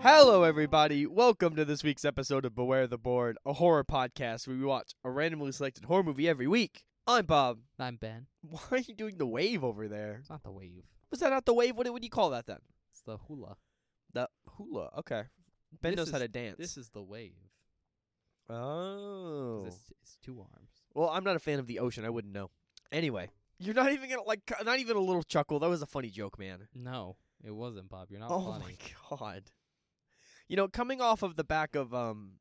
Hello, everybody. Welcome to this week's episode of Beware the Board, a horror podcast where we watch a randomly selected horror movie every week. I'm Bob. I'm Ben. Why are you doing the wave over there? It's not the wave. Was that not the wave? What would you call that then? It's the hula. The hula. Okay. Ben This knows how is- to dance. This is the wave. 'cause oh. It's, it's two arms. Well, I'm not a fan of the ocean. I wouldn't know. Anyway, you're not even gonna like. cu- Not even a little chuckle. That was a funny joke, man. No, it wasn't, Bob. You're not oh funny. my god. You know, coming off of the back of um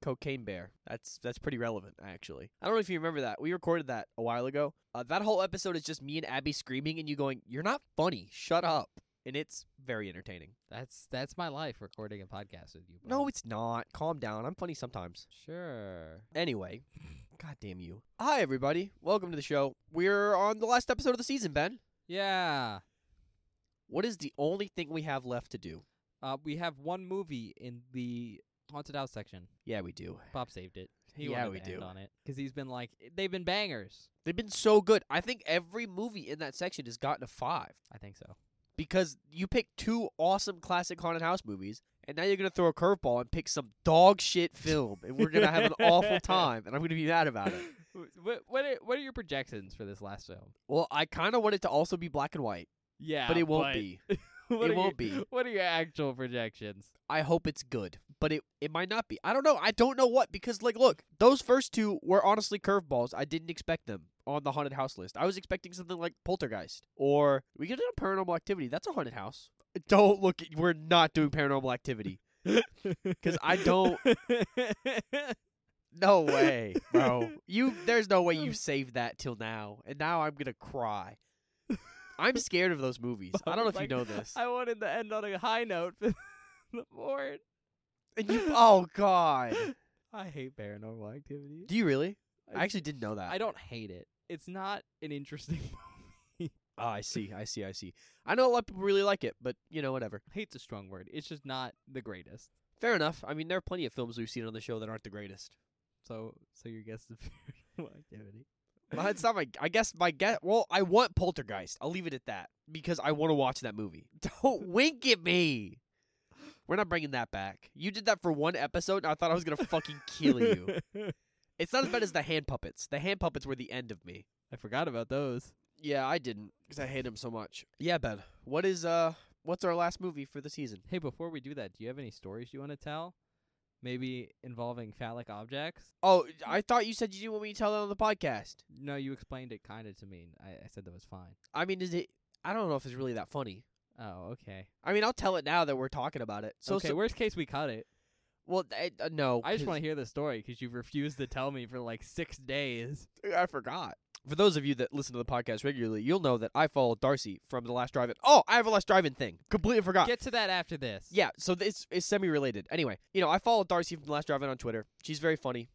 Cocaine Bear. That's that's pretty relevant actually. I don't know if you remember that. We recorded that a while ago. Uh, that whole episode is just me and Abby screaming and you going, "You're not funny. Shut up." And it's very entertaining. That's that's my life recording a podcast with you. Bob. No, it's not. Calm down. I'm funny sometimes. sure. Anyway, god damn you. Hi everybody. Welcome to the show. We're on the last episode of the season, Ben. Yeah. What is the only thing we have left to do? Uh, we have one movie in the haunted house section. Yeah, we do. Bob saved it. He Yeah, wanted we to end do. on it because he's been like they've been bangers. They've been so good. I think every movie in that section has gotten a five I think so. because you picked two awesome classic haunted house movies, and now you're gonna throw a curveball and pick some dog shit film, and we're gonna have an awful time, and I'm gonna be mad about it. what what are, what are your projections for this last film? Well, I kind of want it to also be black and white, Yeah, but it won't be. what It are won't your- be. What are your actual projections? I hope it's good, but it it might not be. I don't know. I don't know what because like look, those first two were honestly curveballs. I didn't expect them on the haunted house list. I was expecting something like Poltergeist or we could do Paranormal Activity. That's a haunted house. Don't look. At, we're not doing Paranormal Activity. Because I don't- No way, bro. You there's no way you saved that till now, and now I'm gonna cry. I'm scared of those movies. I don't know if Like, you know this. I wanted to end on a high note for the board. And you, oh God, I hate paranormal activity. do you really? I- I actually didn't know that. I don't hate it. It's not an interesting movie. Oh, I see. I see. I see. I know a lot of people really like it, but you know, whatever. Hate's a strong word. It's just not the greatest. Fair enough. I mean, there are plenty of films we've seen on the show that aren't the greatest. So so your guess is paranormal activity. Well, it's not my. I guess my guess. Well, I want Poltergeist. I'll leave it at that because I want to watch that movie. Don't wink at me. We're not bringing that back. You did that for one episode. And I thought I was gonna fucking kill you. It's not as bad as the hand puppets. The hand puppets were the end of me. I forgot about those. Yeah, I didn't because I hate him so much. Yeah, Ben. What is uh? What's our last movie for the season? Hey, before we do that, do you have any stories you want to tell? Maybe involving phallic objects? Oh, I thought you said you didn't want me to tell that on the podcast. No, you explained it kind of to me. and I, I said that was fine. I mean, is it? I don't know if it's really that funny. Oh, okay. I mean, I'll tell it now that we're talking about it. So, okay, so- worst case, we cut it. well, I, uh, no, I just 'cause want to hear the story 'cause you've refused to tell me for like six days. I forgot. For those of you that listen to the podcast regularly, you'll know that I follow Darcy from the last drive-in. Oh, I have a last drive-in thing. Completely forgot. Get to that after this. Uh, yeah, so th- it's it's semi-related. Anyway, you know, I follow Darcy from the last drive-in on Twitter. She's very funny.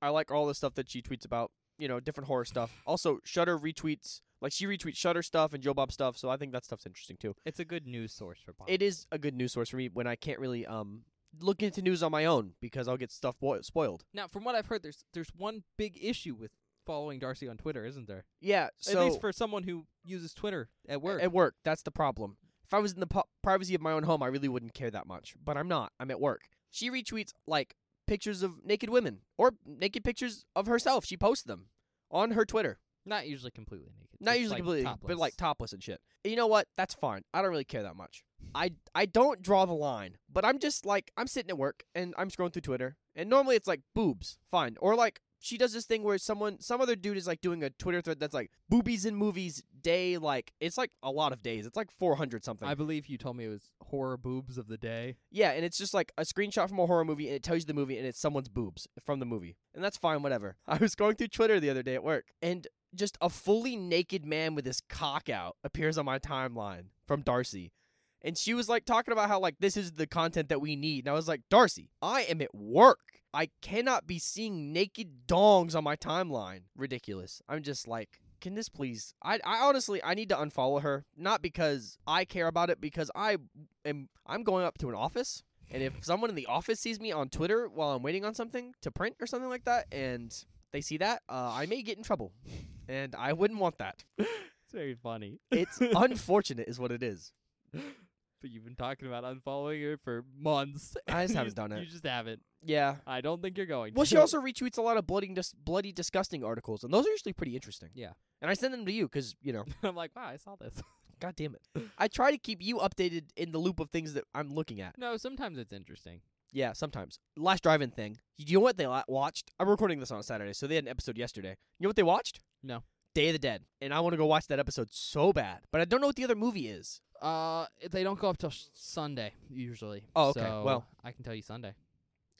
I like all the stuff that she tweets about. You know, different horror stuff. Also, Shutter retweets. Like she retweets Shutter stuff and Joe Bob stuff. So I think that stuff's interesting too. It's a good news source for Bob. it is a good news source for me when I can't really um look into news on my own because I'll get stuff boi- spoiled. Now, from what I've heard, there's there's one big issue with following Darcy on Twitter, isn't there? Yeah, so At least for someone who uses Twitter at work. at work, that's the problem. If I was in the pu- privacy of my own home, I really wouldn't care that much, but I'm not. I'm at work. She retweets like pictures of naked women or naked pictures of herself. She posts them on her Twitter. Not usually completely naked. Not just, usually like, completely, but topless. like topless and shit. You know what? That's fine. I don't really care that much. I I don't draw the line, but I'm just like I'm sitting at work and I'm scrolling through Twitter, and normally it's like boobs, fine, or like she does this thing where someone some other dude is like doing a Twitter thread that's like boobies in movies day, like it's like a lot of days, it's like 400 something. I believe you told me it was horror boobs of the day. Yeah, and it's just like a screenshot from a horror movie, and it tells you the movie, and it's someone's boobs from the movie, and that's fine, whatever. I was going through Twitter the other day at work, and just a fully naked man with his cock out appears on my timeline from Darcy, and she was like talking about how like this is the content that we need, and I was like, Darcy, I am at work. I cannot be seeing naked dongs on my timeline. Ridiculous. I'm just like, can this please? I, I honestly, I need to unfollow her. Not because I care about it, because I am. I'm going up to an office, and if someone in the office sees me on Twitter while I'm waiting on something to print or something like that, and they see that, uh, I may get in trouble, and I wouldn't want that. It's very funny. It's unfortunate, is what it is. But you've been talking about unfollowing her for months. I just You haven't done You it. just haven't. Yeah. I don't think you're going. Well, she to. also retweets a lot of bloody, dis- bloody disgusting articles, and those are usually pretty interesting. Yeah. And I send them to you because you know, I'm like, wow, I saw this. god damn it, I try to keep you updated in the loop of things that I'm looking at. No, sometimes it's interesting. Yeah, sometimes. Last drive-in thing. You know what they la- watched? I'm recording this on a Saturday, so they had an episode yesterday. You know what they watched? No. Day of the Dead, and I want to go watch that episode so bad, but I don't know what the other movie is. Uh, they don't go up till Sunday usually. Oh, okay. Well- I can tell you Sunday.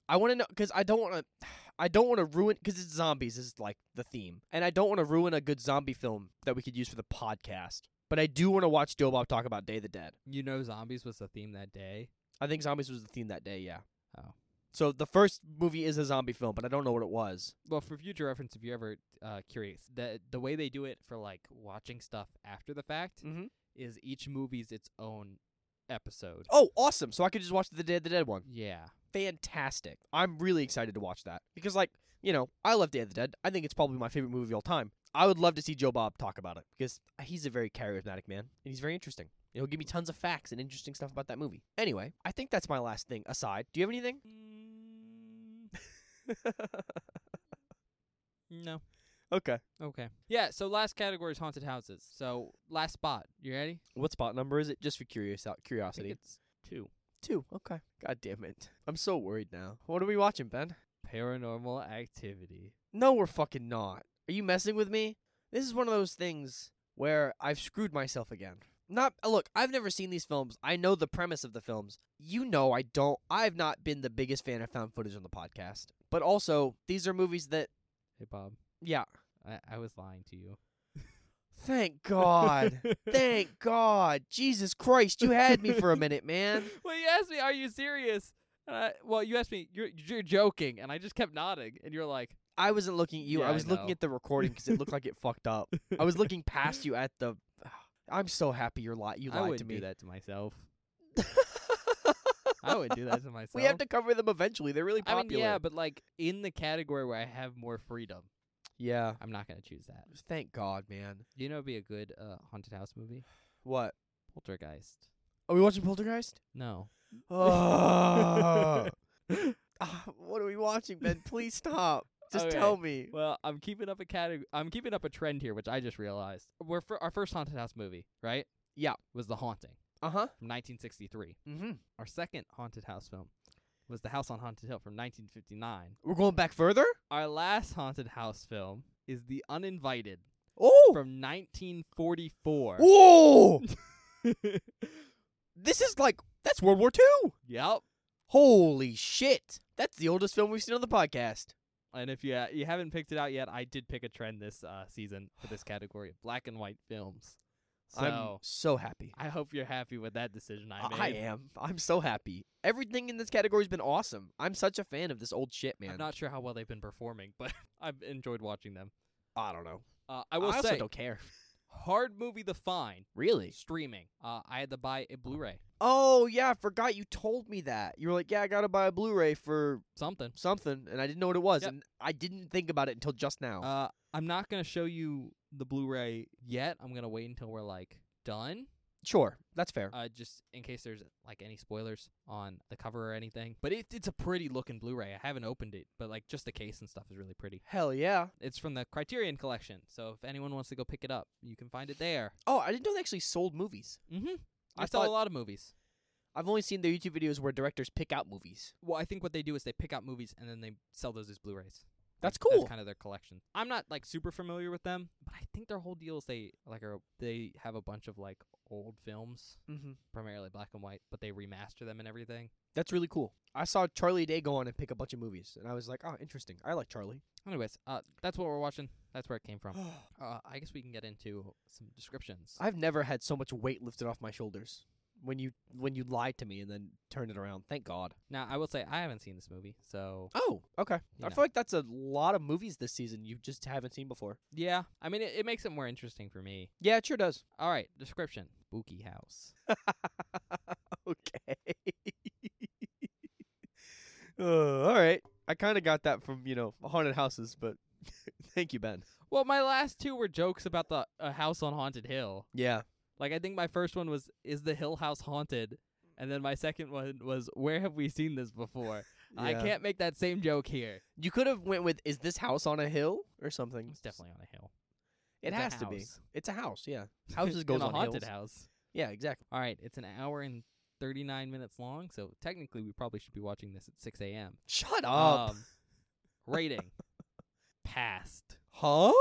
I want to know because I don't want to. I don't want to ruin because it's zombies is like the theme, and I don't want to ruin a good zombie film that we could use for the podcast. But I do want to watch Joe Bob talk about Day of the Dead. You know, zombies was the theme that day. I think zombies was the theme that day. Yeah. Oh. So the first movie is a zombie film, but I don't know what it was. Well, for future reference, if you're ever uh, curious, the the way they do it for like watching stuff after the fact Mm-hmm. is each movie's its own episode. Oh, awesome! So I could just watch the Day of the Dead one. Yeah. Fantastic! I'm really excited to watch that because, like, you know, I love Day of the Dead. I think it's probably my favorite movie of all time. I would love to see Joe Bob talk about it because he's a very charismatic man and he's very interesting. He'll give me tons of facts and interesting stuff about that movie. Anyway, I think that's my last thing. Aside, do you have anything? no. okay. Okay. Yeah. So last category is haunted houses. So last spot. You ready? What spot number is it? Just for curious I think curiosity. it's two. Two. Okay. God damn it! I'm so worried now. What are we watching, Ben? Paranormal activity. No, we're fucking not. Are you messing with me? This is one of those things where I've screwed myself again. Not uh, look, I've never seen these films. I know the premise of the films. You know I don't I've not been the biggest fan of found footage on the podcast. But also, these are movies that Hey Bob, yeah. I, I was lying to you. Thank God. Thank God. Jesus Christ, you had me for a minute, man. well, you asked me, "Are you serious?" And I, well, you asked me, "You're you're joking," and I just kept nodding, and you're like, I wasn't looking at you. Yeah, I I was looking know. at the recording because it looked like it fucked up. I was looking past you at the I'm so happy you're li- you "I lied would to do me. that to myself. I would do that to myself." We have to cover them eventually. They're really I popular. mean, yeah, but like in the category where I have more freedom, yeah. I'm not gonna choose that. Thank God, man. You know, it'd be a good uh, haunted house movie, What? Poltergeist. Are we watching Poltergeist? No, Oh. Ah, what are we watching, Ben? Please stop. Just Okay. tell me. Well, I'm keeping up a category. I'm keeping up a trend here, which I just realized. We're fir- our first haunted house movie, right? Yeah. was The Haunting Uh huh. from 1963. Mm-hmm. Our second haunted house film was The House on Haunted Hill from 1959. We're going back further. Our last haunted house film is The Uninvited Oh. from 1944. Whoa. this is like that's World War Two. yep. Holy shit! That's the oldest film we've seen on the podcast. And if you uh, you haven't picked it out yet, I did pick a trend this uh, season for this category of black and white films. I'm So so happy. i hope you're happy with that decision I made. I am. I'm so happy. Everything in this category's been awesome. I'm such a fan of this old shit, man. I'm not sure how well they've been performing, but I've enjoyed watching them. I don't know. Uh, I will I also say, don't care. hard movie to find Really? streaming. Uh, I had to buy a Blu-ray, Oh yeah, I forgot you told me that. You were like, "Yeah, I gotta buy a Blu-ray for something. something," and I didn't know what it was, Yep. and I didn't think about it until just now. Uh, I'm not gonna show you the Blu-ray yet. I'm gonna wait until we're like done, sure, that's fair. uh, just in case there's like any spoilers on the cover or anything. But it, it's a pretty looking Blu-ray. I haven't opened it, but like just the case and stuff is really pretty. Hell yeah! It's from the Criterion Collection, so if anyone wants to go pick it up, you can find it there. Oh, I didn't know they actually sold movies. Mm-hmm. I I, saw thought- a lot of movies. I've only seen their YouTube videos where directors pick out movies. Well, I think what they do is they pick out movies and then they sell those as Blu-rays. That's Like, cool. That's kind of their collection. I'm not like super familiar with them, but I think their whole deal is they like are they have a bunch of like old films, Mm-hmm. primarily black and white, but they remaster them and everything. That's really cool. I saw Charlie Day go on and pick a bunch of movies, and I was like, "Oh, interesting. I like Charlie." Anyways, uh, that's what we're watching. That's where it came from. Oh, Uh, I guess we can get into some descriptions. I've never had so much weight lifted off my shoulders when you when you lied to me and then turned it around. Thank God. now, I will say I haven't seen this movie, so Oh, okay. You I know. feel like that's a lot of movies this season you just haven't seen before. yeah. I mean, it, it makes it more interesting for me. Yeah, it sure does. All right, description: spooky house. Okay. Uh, all right. I kind of got that from you know haunted houses, but thank you, Ben. Well, my last two were jokes about the a house on haunted hill. Yeah. Like I think my first one was is the Hill House haunted, And then my second one was, where have we seen this before? I Yeah. can't make that same joke here. You could have went with is this house on a hill or something? It's definitely on a hill. It It's a has to be. house. It's a house, yeah. Houses goes in a on haunted hills. house. Yeah, exactly. All right, it's an hour and 39 minutes long, so technically we probably should be watching this at 6 a.m. Shut up. Um, rating. Passed. huh?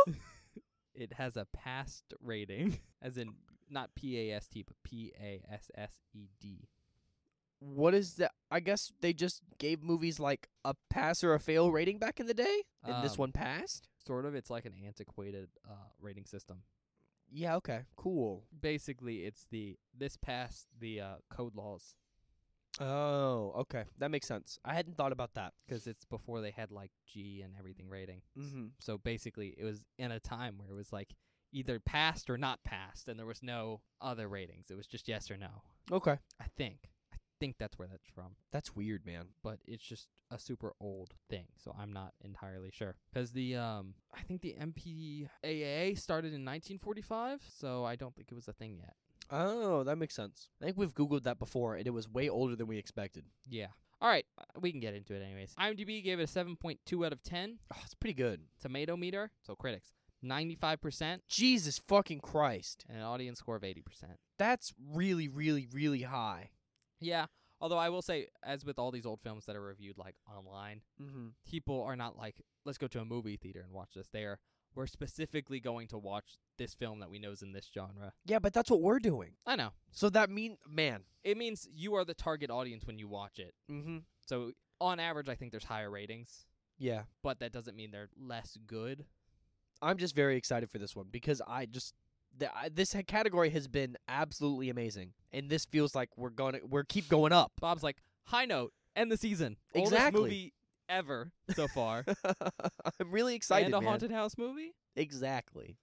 It has a passed rating, as in not P A S T, but P A S S E D. What is that? I guess they just gave movies like a pass or a fail rating back in the day, and this Um, one passed. Sort of, it's like an antiquated uh, rating system. Yeah. Okay. Cool. Basically, it's the this passed the uh, code laws Oh, okay. That makes sense. I hadn't thought about that. 'cause it's before they had like G and everything rating. Mm-hmm. So basically, it was in a time where it was like either passed or not passed, and there was no other ratings. It was just yes or no. Okay. I think. I think that's where that's from. That's weird, man. But it's just a super old thing, so I'm not entirely sure. 'Cause the um, I think the MPAA started in 1945, so I don't think it was a thing yet. Oh, that makes sense. I think we've googled that before, and it was way older than we expected. Yeah. All right, uh, we can get into it anyways. IMDb gave it a 7.2 out of 10. Oh, it's pretty good. Tomato meter, so critics, 95%, Jesus fucking Christ. and an audience score of 80%. That's really, really, really high. Yeah. Although I will say, as with all these old films that are reviewed like online, Mm-hmm. people are not like, let's go to a movie theater and watch this. They are we're specifically going to watch this film that we know is in this genre. Yeah, but that's what we're doing. I know. So that mean, man. It means you are the target audience when you watch it. Mm-hmm. So on average I think there's higher ratings, Yeah, but that doesn't mean they're less good. I'm just very excited for this one because I just the, I, this ha- category has been absolutely amazing, and this feels like we're gonna we're keep going up. Bob's like, high note, end the season. Exactly. Oldest movie ever so far. I'm really excited. and a man. haunted house movie? Exactly.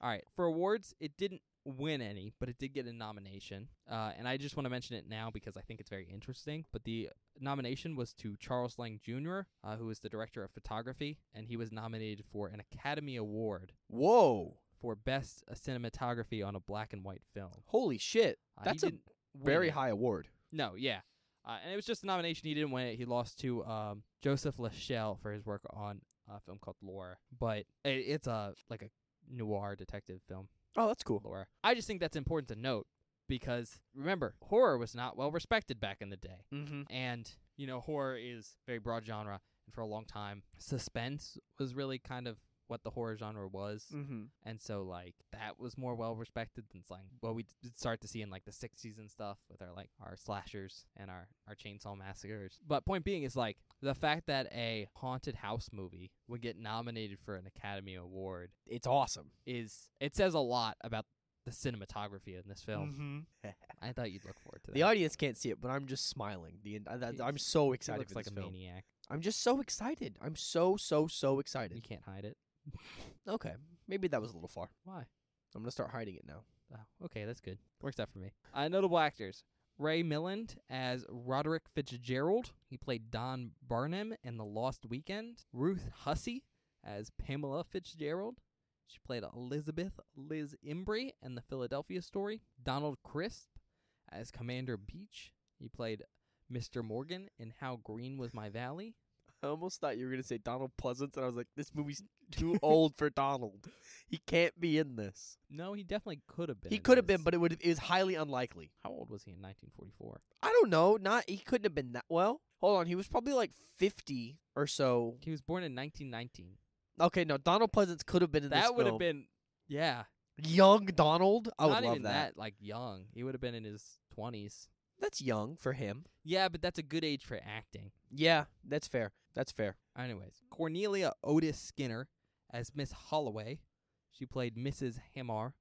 All right, for awards, it didn't win any, but it did get a nomination. Uh, and I just want to mention it now because I think it's very interesting. But the nomination was to Charles Lang Jr., uh, who is the director of photography, and he was nominated for an Academy Award Whoa! for Best uh, Cinematography on a Black and White Film. Holy shit! Uh, he That's a didn't win very it. high award. No, yeah. Uh, and it was just a nomination. He didn't win it. He lost to um, Joseph Lachelle for his work on a film called Laura. But it, it's a like a noir detective film. Oh, that's cool. Laura. I just think that's important to note because remember, horror was not well respected back in the day. Mm-hmm. And, you know, horror is very broad genre and for a long time suspense was really kind of what the horror genre was. Mm-hmm. And so like that was more well respected than like what we did start to see in like the 60s and stuff with our like our slashers and our our chainsaw massacres. But point being is like the fact that a haunted house movie would get nominated for an Academy Award It's awesome. is it says a lot about the cinematography in this film. Mm-hmm. I thought you'd look forward to that. The audience can't see it, but I'm just smiling. The I, that, He's- I'm so he excited looks for like this a film. maniac. I'm just so excited. I'm so so so You excited. can't hide it. Okay, maybe that was a little far. Why? I'm gonna start hiding it now. Oh, okay, that's good. Works out for me. Uh, notable actors: Ray Milland as Roderick Fitzgerald. He played Don Barnum in The Lost Weekend. Ruth Hussey as Pamela Fitzgerald. She played Elizabeth Liz Imbrie in The Philadelphia Story. Donald Crisp as Commander Beach. He played Mr. Morgan in How Green Was My Valley. I almost thought you were gonna say Donald Pleasance, and I was like, this movie's too old for Donald. He can't be in this. No, he definitely could have been. he in could have been, this. but it would it was highly unlikely. how old was he in 1944? I don't know. Not he couldn't have been that well. Hold on, he was probably like fifty or so. He was born in 1919. Okay, no, Donald Pleasance could have been in this That would have film. been, yeah, young Donald. I would not love even that. Like young, he would have been in his 20s. That's young for him. Yeah, but that's a good age for acting. Yeah, that's fair. That's fair. Anyways, Cornelia Otis Skinner as Miss Holloway. She played Mrs. Hamar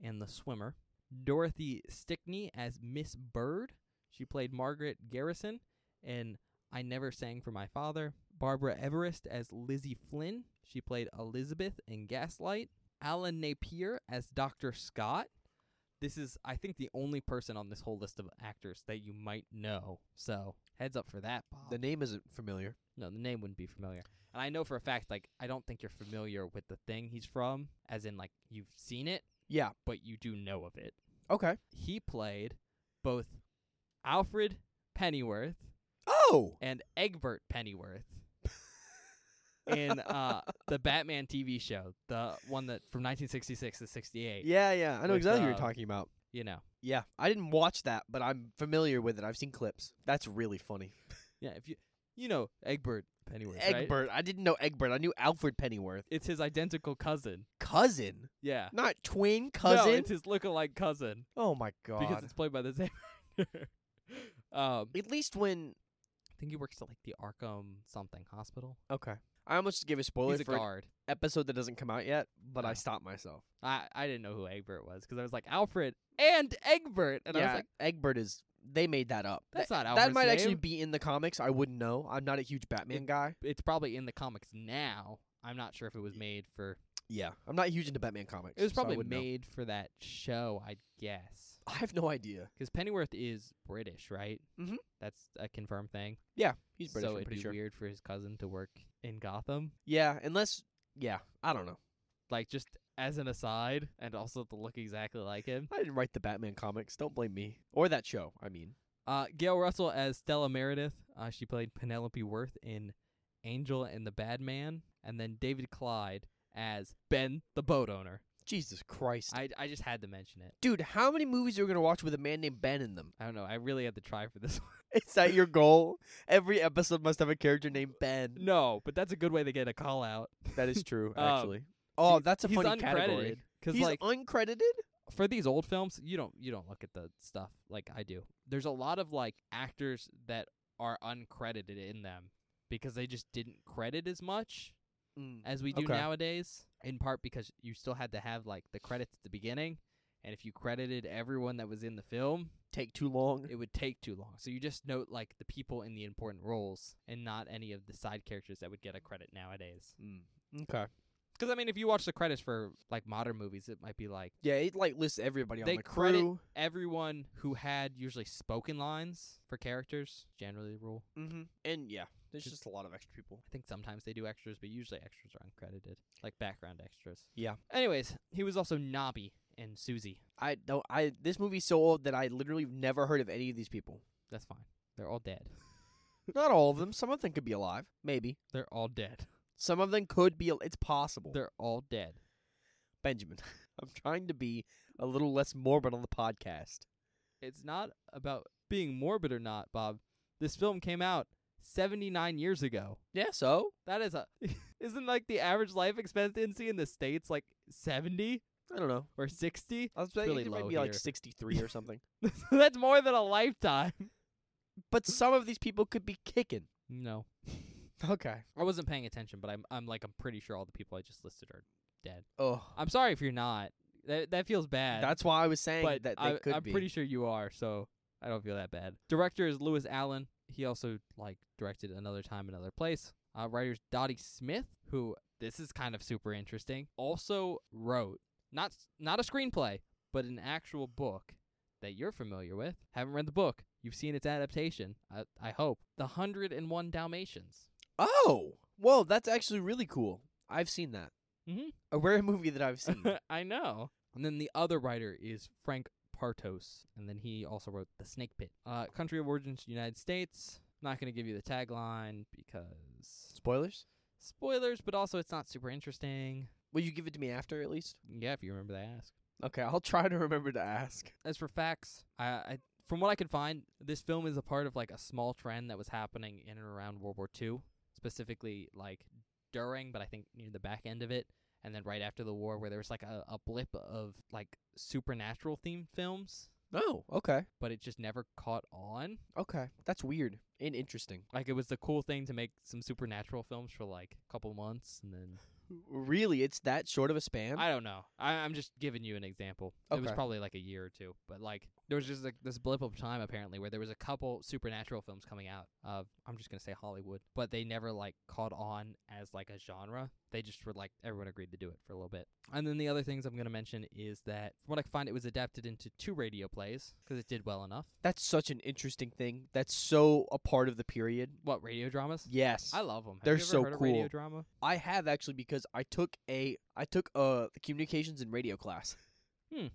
in The Swimmer. Dorothy Stickney as Miss Bird. She played Margaret Garrison in I Never Sang for My Father. Barbara Everest as Lizzie Flynn. She played Elizabeth in Gaslight. Alan Napier as Dr. Scott. This is, I think, the only person on this whole list of actors that you might know. So, heads up for that, Bob. The name isn't familiar. No, the name wouldn't be familiar. And I know for a fact, like, I don't think you're familiar with the thing he's from, as in, like, you've seen it, Yeah. but you do know of it. Okay. He played both Alfred Pennyworth Oh, and Egbert Pennyworth in uh, the Batman TV show, the one that from 1966 to 68. yeah, yeah. I know With, exactly what uh, you're talking about. You know, Yeah, I didn't watch that, but I'm familiar with it. I've seen clips. That's really funny. yeah. If you you know Egbert Pennyworth, right? Egbert. I didn't know Egbert. I knew Alfred Pennyworth. It's his identical cousin. Cousin, Yeah. not twin No, cousin. it's his lookalike cousin oh my god. because it's played by the same. actor. um, At least when I think he works at like the Arkham something hospital. okay, I almost gave a spoiler He's a for an guard. episode that doesn't come out yet, but Oh. I stopped myself. I I didn't know who Egbert was because I was like Alfred and Egbert, and I was yeah, like, Egbert is. They made that up. that's not Alfred's that might actually name. be in the comics. I wouldn't know. I'm not a huge Batman It- guy. It's probably in the comics now. I'm not sure if it was made for. Yeah, I'm not huge into Batman comics. It was so I probably wouldn't know. made for that show, I guess. I have no idea. Because Pennyworth is British, right? Mhm. That's a confirmed thing. He's British. so I'm it'd pretty be sure. weird for his cousin to work in Gotham. Yeah, unless. Yeah, I don't know. Like just as an aside, and also to look exactly like him. I didn't write the Batman comics. Don't blame me or that show. I mean, Uh, Gail Russell as Stella Meredith. Uh, she played Penelope Worth in Angel and the Bad Man, and then David Clyde as Ben, the boat owner. Jesus Christ, I I just had to mention it. dude! How many movies are we gonna watch with a man named Ben in them? I don't know. I really had to try for this one. Is that your goal? Every episode must have a character named Ben. No, but that's a good way to get a call out. That is true, Um, actually. oh, he's- that's a He's funny uncredited category. because He's like uncredited. for these old films, you don't you don't look at the stuff like I do. There's a lot of like actors that are uncredited in them because they just didn't credit as much Hmm, as we do Okay. nowadays. In part because you still had to have like the credits at the beginning, and if you credited everyone that was in the film, Take too long. it would take too long. So you just note like the people in the important roles and not any of the side characters that would get a credit nowadays. Hmm, Okay. Because I mean, if you watch the credits for like modern movies, it might be like Yeah, it like lists everybody on They the credit- crew. everyone who had usually spoken lines for characters, generally the rule. Mm-hmm. And yeah, there's Just- just a lot of extra people. I think sometimes they do extras, but usually extras are uncredited, like background extras. Yeah. Anyways, he was also Nobby and Susie. I don't. I this movie's so old that I literally never heard of any of these people. That's fine. They're all dead. Not all of them. Some of them could be alive. Maybe. They're all dead. Some of them could be. al- It's possible. They're all dead. Benjamin, I'm trying to be a little less morbid on the podcast. It's not about being morbid or not, Bob. This film came out 79 years ago. Yeah. So That is a isn't like the average life expectancy in the states like 70 I don't know. or 60? I was thinking really it low might be like here. 63 or something. That's more than a lifetime. but some of these people could be kicking. No. Okay. I wasn't paying attention, but I'm I'm like I'm pretty sure all the people I just listed are. Oh, I'm sorry if you're not. That that feels bad. that's why I was saying but that they I, could I'm be. pretty sure you are, so I don't feel that bad. Director is Lewis Allen. He also like directed Another Time, Another Place. Uh, writers Dottie Smith, who this is kind of super interesting, also wrote not s- not a screenplay, but an actual book that you're familiar with. Haven't read the book. You've seen its adaptation. I, I hope. The Hundred and One Dalmatians. oh, whoa, that's actually really cool. I've seen that. Uh, Mhm. A rare movie that I've seen. I know. And then the other writer is Frank Partos, and then he also wrote The Snake Pit. Uh, country of origins United States. Not going to give you the tagline because Spoilers? spoilers, but also it's not super interesting. Will you give it to me after at least? Yeah, if you remember to ask. Okay, I'll try to remember to ask. As for facts, I, I from what I could find, this film is a part of like a small trend that was happening in and around World War II, specifically like during, but I think near the back end of it, and then right after the war, where there was like a, a blip of like supernatural themed films, No. Okay. but it just never caught on. Okay. That's weird and interesting. Like it was the cool thing to make some supernatural films for like a couple months, and then Really, it's that short of a span? I don't know. I, I'm just giving you an example. It was Okay. probably like a year or two, but like there was just like this blip of time apparently where there was a couple supernatural films coming out of I'm just gonna say Hollywood, but they never like caught on as like a genre. They just were like everyone agreed to do it for a little bit. And then the other things I'm gonna mention is that from what I could find, it was adapted into two radio plays because it did well enough. that's such an interesting thing. That's so a part of the period. What radio dramas? Yes. I love them. They're you ever so heard Of radio cool. drama. I have actually because I took uh, a I took a communications and radio class. Hmm.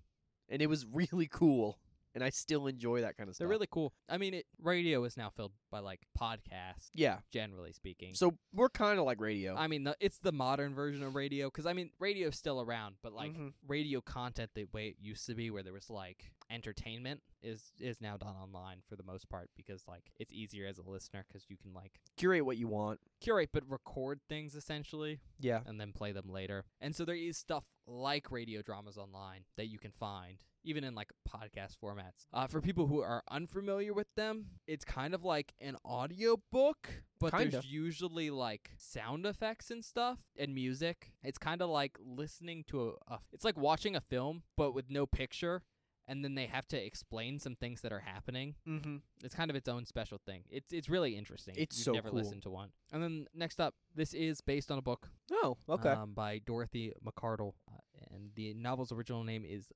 And it was really cool. and I still enjoy that kind of They're stuff. really cool. I mean, it, radio is now filled by like podcasts, yeah. generally speaking. So we're kind of like radio. I mean, the, it's the modern version of radio because I mean, radio's still around, but like Mhm. radio content the way it used to be, where there was like entertainment, is is now done online for the most part because like it's easier as a listener because you can like curate what you want. curate but record things essentially Yeah. and then play them later. And so there is stuff like radio dramas online that you can find, even in like podcast formats. Uh, for people who are unfamiliar with them, it's kind of like an audio book, but there's Kinda. usually like sound effects and stuff and music. It's kind of like listening to a, a, it's like watching a film, but with no picture. And then they have to explain some things that are happening. Mm-hmm. It's kind of its own special thing. It's it's really interesting. It's You've so never cool. listened to one. And then next up, this is based on a book Oh, okay. um, by Dorothy McArdle. Uh, and the novel's original name is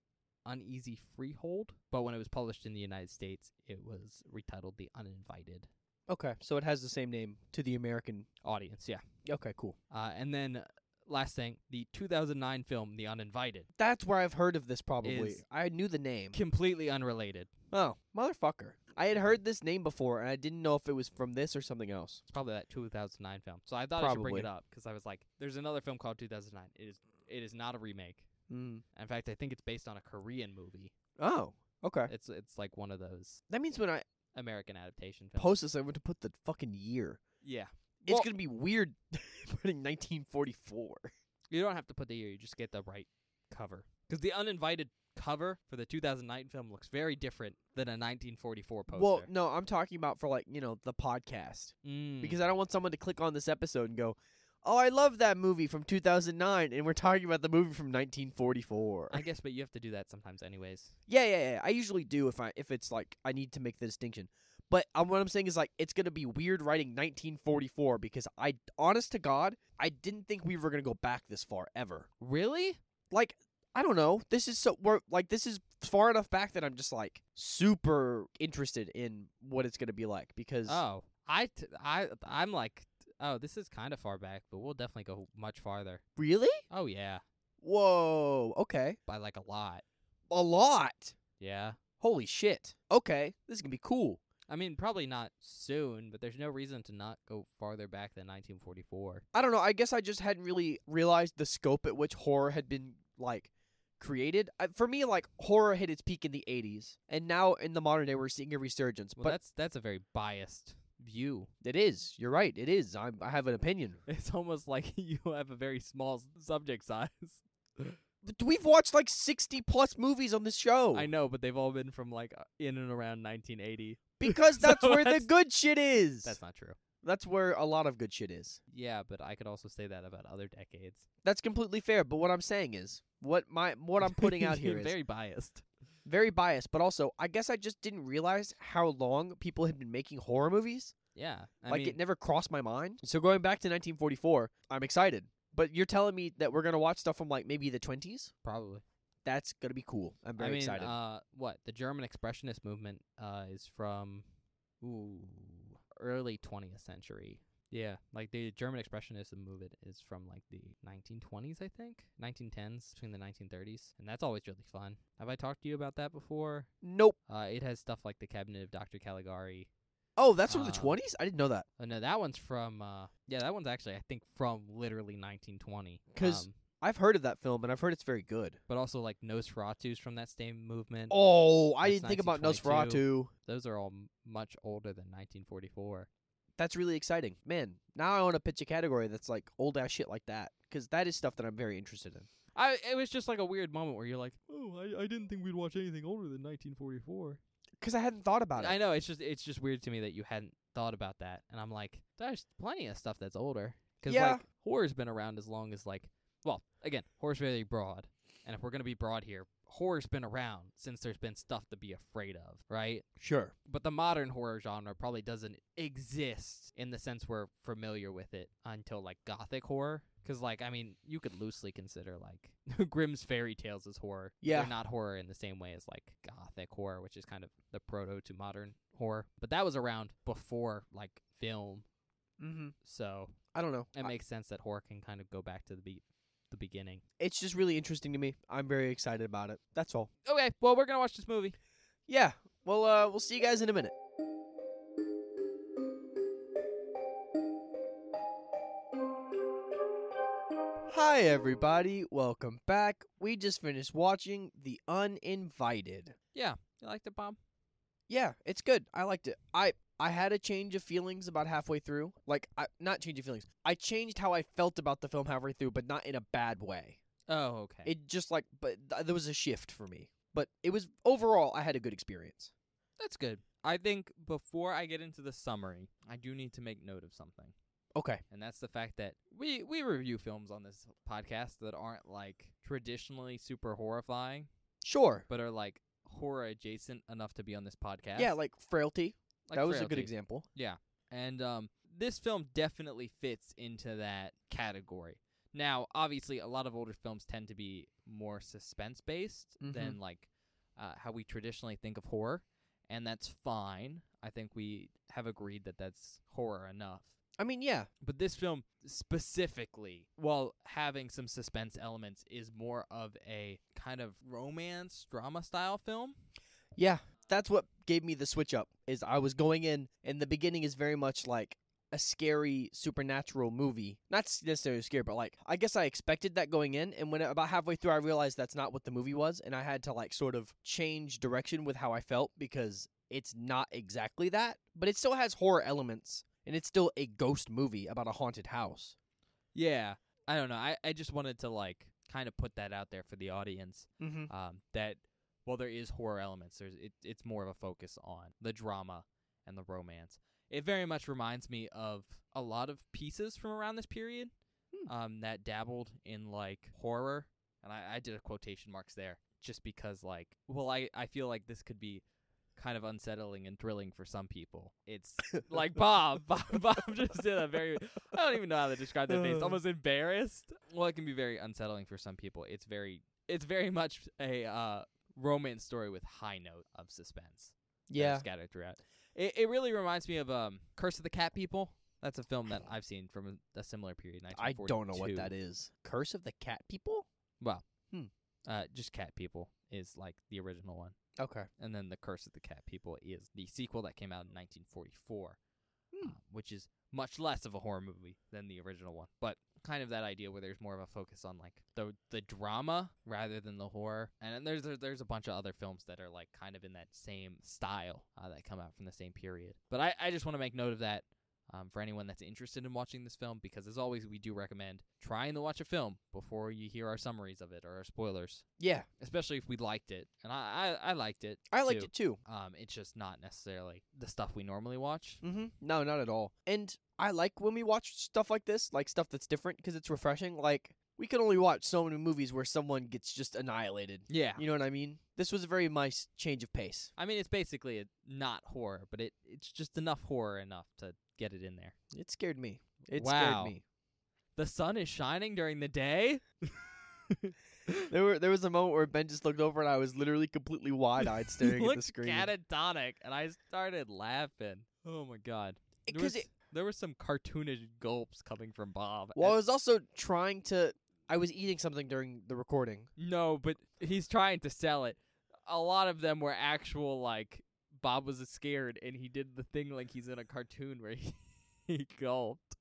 Uneasy Freehold, but when it was published in the United States, it was retitled The Uninvited okay. So it has the same name to the American. Audience. Yeah. Okay, cool. Uh, and then uh, last thing, the 2009 film The Uninvited, That's where I've heard of this probably. Is- I knew the name. completely unrelated. Oh, motherfucker. I had heard this name before and I didn't know if it was from this or something else. It's probably that 2009 film. So I thought I should bring Probably. it up because I was like, there's another film called 2009. It is it is not a remake. Mm. In fact, I think it's based on a Korean movie. Oh, okay. It's it's like one of those That means when I American adaptation films. post this, I want to put the fucking year. yeah. it's Well- going to be weird putting 1944. You don't have to put the year. You just get the right cover. Because the uninvited cover for the 2009 film looks very different than a 1944 poster. Well, no, I'm talking about for like, you know, the podcast. Mm. Because I don't want someone to click on this episode and go, oh, I love that movie from 2009. And we're talking about the movie from 1944. I guess, but you have to do that sometimes, anyways. Yeah, yeah, yeah. I usually do if I if it's like I need to make the distinction. But um, what I'm saying is like it's gonna be weird writing 1944 because I, honest to God, I didn't think we were gonna go back this far ever. Really? Like I don't know. This is so we're like this is far enough back that I'm just like super interested in what it's gonna be like because Oh, I, t- I, I'm like, oh, this is kind of far back, but we'll definitely go much farther. really? Oh yeah, Whoa. Okay. by like a lot. A lot. Yeah. Holy shit. Okay. This is gonna be cool. I mean, probably not soon, but there's no reason to not go farther back than 1944. I don't know. I guess I just hadn't really realized the scope at which horror had been like created. I, for me, like horror hit its peak in the '80s, and now in the modern day, we're seeing a resurgence. Well, but that's that's a very biased view. it is. You're right. It is. I'm, I have an opinion. It's almost like you have a very small s- subject size. But we've watched like 60 plus movies on this show I know, but they've all been from like uh, in and around 1980. because So that's where that's- the good shit is. That's not true. that's where a lot of good shit is. Yeah, but I could also say that about other decades. That's completely fair. But what I'm saying is. What my what I'm putting out here You're is very, very biased. biased, but also I guess I just didn't realize how long people had been making horror movies. Yeah, I like mean, it never crossed my mind. So going back to 1944, I'm excited. But you're telling me that we're gonna watch stuff from like maybe the 20s? probably. That's gonna be cool. I'm I very mean, excited. uh, what the German Expressionist movement uh is from, ooh, early 20th century. Yeah, like the German Expressionism movement is from like the 1920s, I think, 1910s between the 1930s, and that's always really fun. Have I talked to you about that before? nope. Uh, it has stuff like the Cabinet of Dr. Caligari. Oh, that's from the um, 20s? I didn't know that. Oh, no, that one's from. Uh, yeah, that one's actually I think from literally 1920. 'Cause- um, I've heard of that film and I've heard it's very good. but also like Nosferatu's from that same movement. Oh, I That's didn't think about 1922. Nosferatu. Those are all m- much older than 1944. That's really exciting, man. Now I want to pitch a category that's like old ass shit like that because that is stuff that I'm very interested in. I it was just like a weird moment where you're like, oh, I, I didn't think we'd watch anything older than 1944. Because I hadn't thought about it. I know it's just it's just weird to me that you hadn't thought about that, and I'm like, there's plenty of stuff that's older because Yeah. like horror's been around as long as like, well, again, horror's very broad, and if we're gonna be broad here, horror's been around since there's been stuff to be afraid of, right? sure. But the modern horror genre probably doesn't exist in the sense we're familiar with it until like gothic horror. 'Cause like I mean, you could loosely consider like Grimm's fairy tales as horror. Yeah. they're not horror in the same way as like gothic horror, which is kind of the proto to modern horror. But that was around before like film, Mm-hmm. so I don't know. it I- makes sense that horror can kind of go back to the be- the beginning. it's just really interesting to me. I'm very excited about it. That's all. Okay, well we're gonna watch this movie. Yeah. Well, uh, we'll see you guys in a minute. Hi, everybody. Welcome back. We just finished watching The Uninvited. You liked it, Bob? Yeah, it's good. I liked it. I I had a change of feelings about halfway through. Like, I, not change of feelings. I changed how I felt about the film halfway through, but not in a bad way. Oh, okay. It just like, but th- there was a shift for me. But it was overall, I had a good experience. That's good. I think before I get into the summary, I do need to make note of something. Okay. and that's the fact that we we review films on this podcast that aren't like traditionally super horrifying, Sure. but are like horror adjacent enough to be on this podcast. Yeah, like Frailty. Like that was a good Frailty. example. And um, this film definitely fits into that category. Now, obviously, a lot of older films tend to be more suspense based Mhm. than like uh, how we traditionally think of horror, and that's fine. I think we have agreed that that's horror enough. I mean, yeah. But this film specifically, while having some suspense elements, is more of a kind of romance drama style film. Yeah. That's what gave me the switch up is I was going in and the beginning is very much like a scary supernatural movie. Not s- necessarily scary, but like I guess I expected that going in and when about halfway through I realized that's not what the movie was and I had to like sort of change direction with how I felt because it's not exactly that, but it still has horror elements and it's still a ghost movie about a haunted house. Yeah. I don't know. I, I just wanted to like kind of put that out there for the audience. Mm-hmm. Um, that while there is horror elements, there's it, it's more of a focus on the drama and the romance. It very much reminds me of a lot of pieces from around this period Hmm. um, that dabbled in like horror and I, I did a quotation marks there just because like well I, I feel like this could be kind of unsettling and thrilling for some people it's like bob bob, bob just did a very i don't even know how to describe their face Uh. almost embarrassed well it can be very unsettling for some people it's very it's very much a uh, romance story with high note of suspense that are Yeah. scattered throughout it, it really reminds me of um curse of the cat people that's a film that i've seen from a, a similar period I don't know what 1942. that is. Curse of the Cat People? Uh, just Cat People is like the original one, Okay. and then The Curse of the Cat People is the sequel that came out in 1944, Hmm. um, which is much less of a horror movie than the original one, but kind of that idea where there's more of a focus on like the the drama rather than the horror. And then there's there's- there's a bunch of other films that are like kind of in that same style uh, that come out from the same period. But I I just want to make note of that. Um, for anyone that's interested in watching this film, because as always, we do recommend trying to watch a film before you hear our summaries of it or our spoilers Yeah. especially if we liked it. And I, I, I liked it. I liked too. it too. Um, it's just not necessarily the stuff we normally watch. Mm-hmm. No, not at all. And I like when we watch stuff like this, like stuff that's different, because it's refreshing. Like we can only watch so many movies where someone gets just annihilated. Yeah. You know what I mean? This was a very nice change of pace. I mean, it's basically a, not horror, but it it's just enough horror enough to get it in there. It scared me. It Wow. scared me. The sun is shining during the day. There were there was a moment where Ben just looked over and I was literally completely wide eyed staring at the Looked screen. catatonic, and I started laughing. Oh my god! There Because was, there were some cartoonish gulps coming from Bob. well, I and- was also trying to. I was eating something during the recording. No, but he's trying to sell it. A lot of them were actual like Bob was scared and he did the thing like he's in a cartoon where he, he gulped.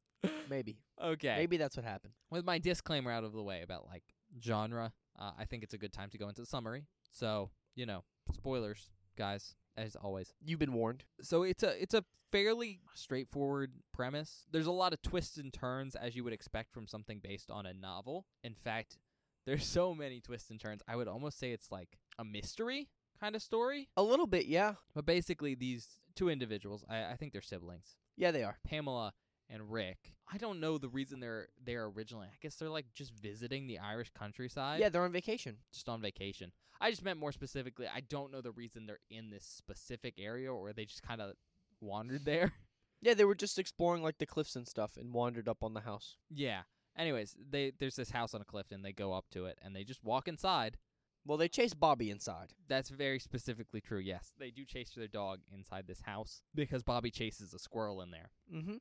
Maybe. Okay. Maybe that's what happened. With my disclaimer out of the way about like genre, uh, I think it's a good time to go into the summary. So, you know, spoilers, guys, as always. You've been warned. So it's a it's a fairly straightforward premise. There's a lot of twists and turns as you would expect from something based on a novel. In fact, there's so many twists and turns. I would almost say it's like a mystery kind of story. A little bit, yeah. But basically, these two individuals, I, I think they're siblings, Yeah, they are. Pamela and Rick. I don't know the reason they're there originally. I guess they're like just visiting the Irish countryside, yeah, they're on vacation. just on vacation. I just meant more specifically. I don't know the reason they're in this specific area, or they just kind of wandered there. Yeah, they were just exploring like the cliffs and stuff and wandered up on the house. Yeah. Anyways, they there's this house on a cliff and they go up to it and they just walk inside. Well, they chased Bobby inside. That's very specifically true. Yes, they do chase their dog inside this house because Bobby chases a squirrel in there. Mm-hmm.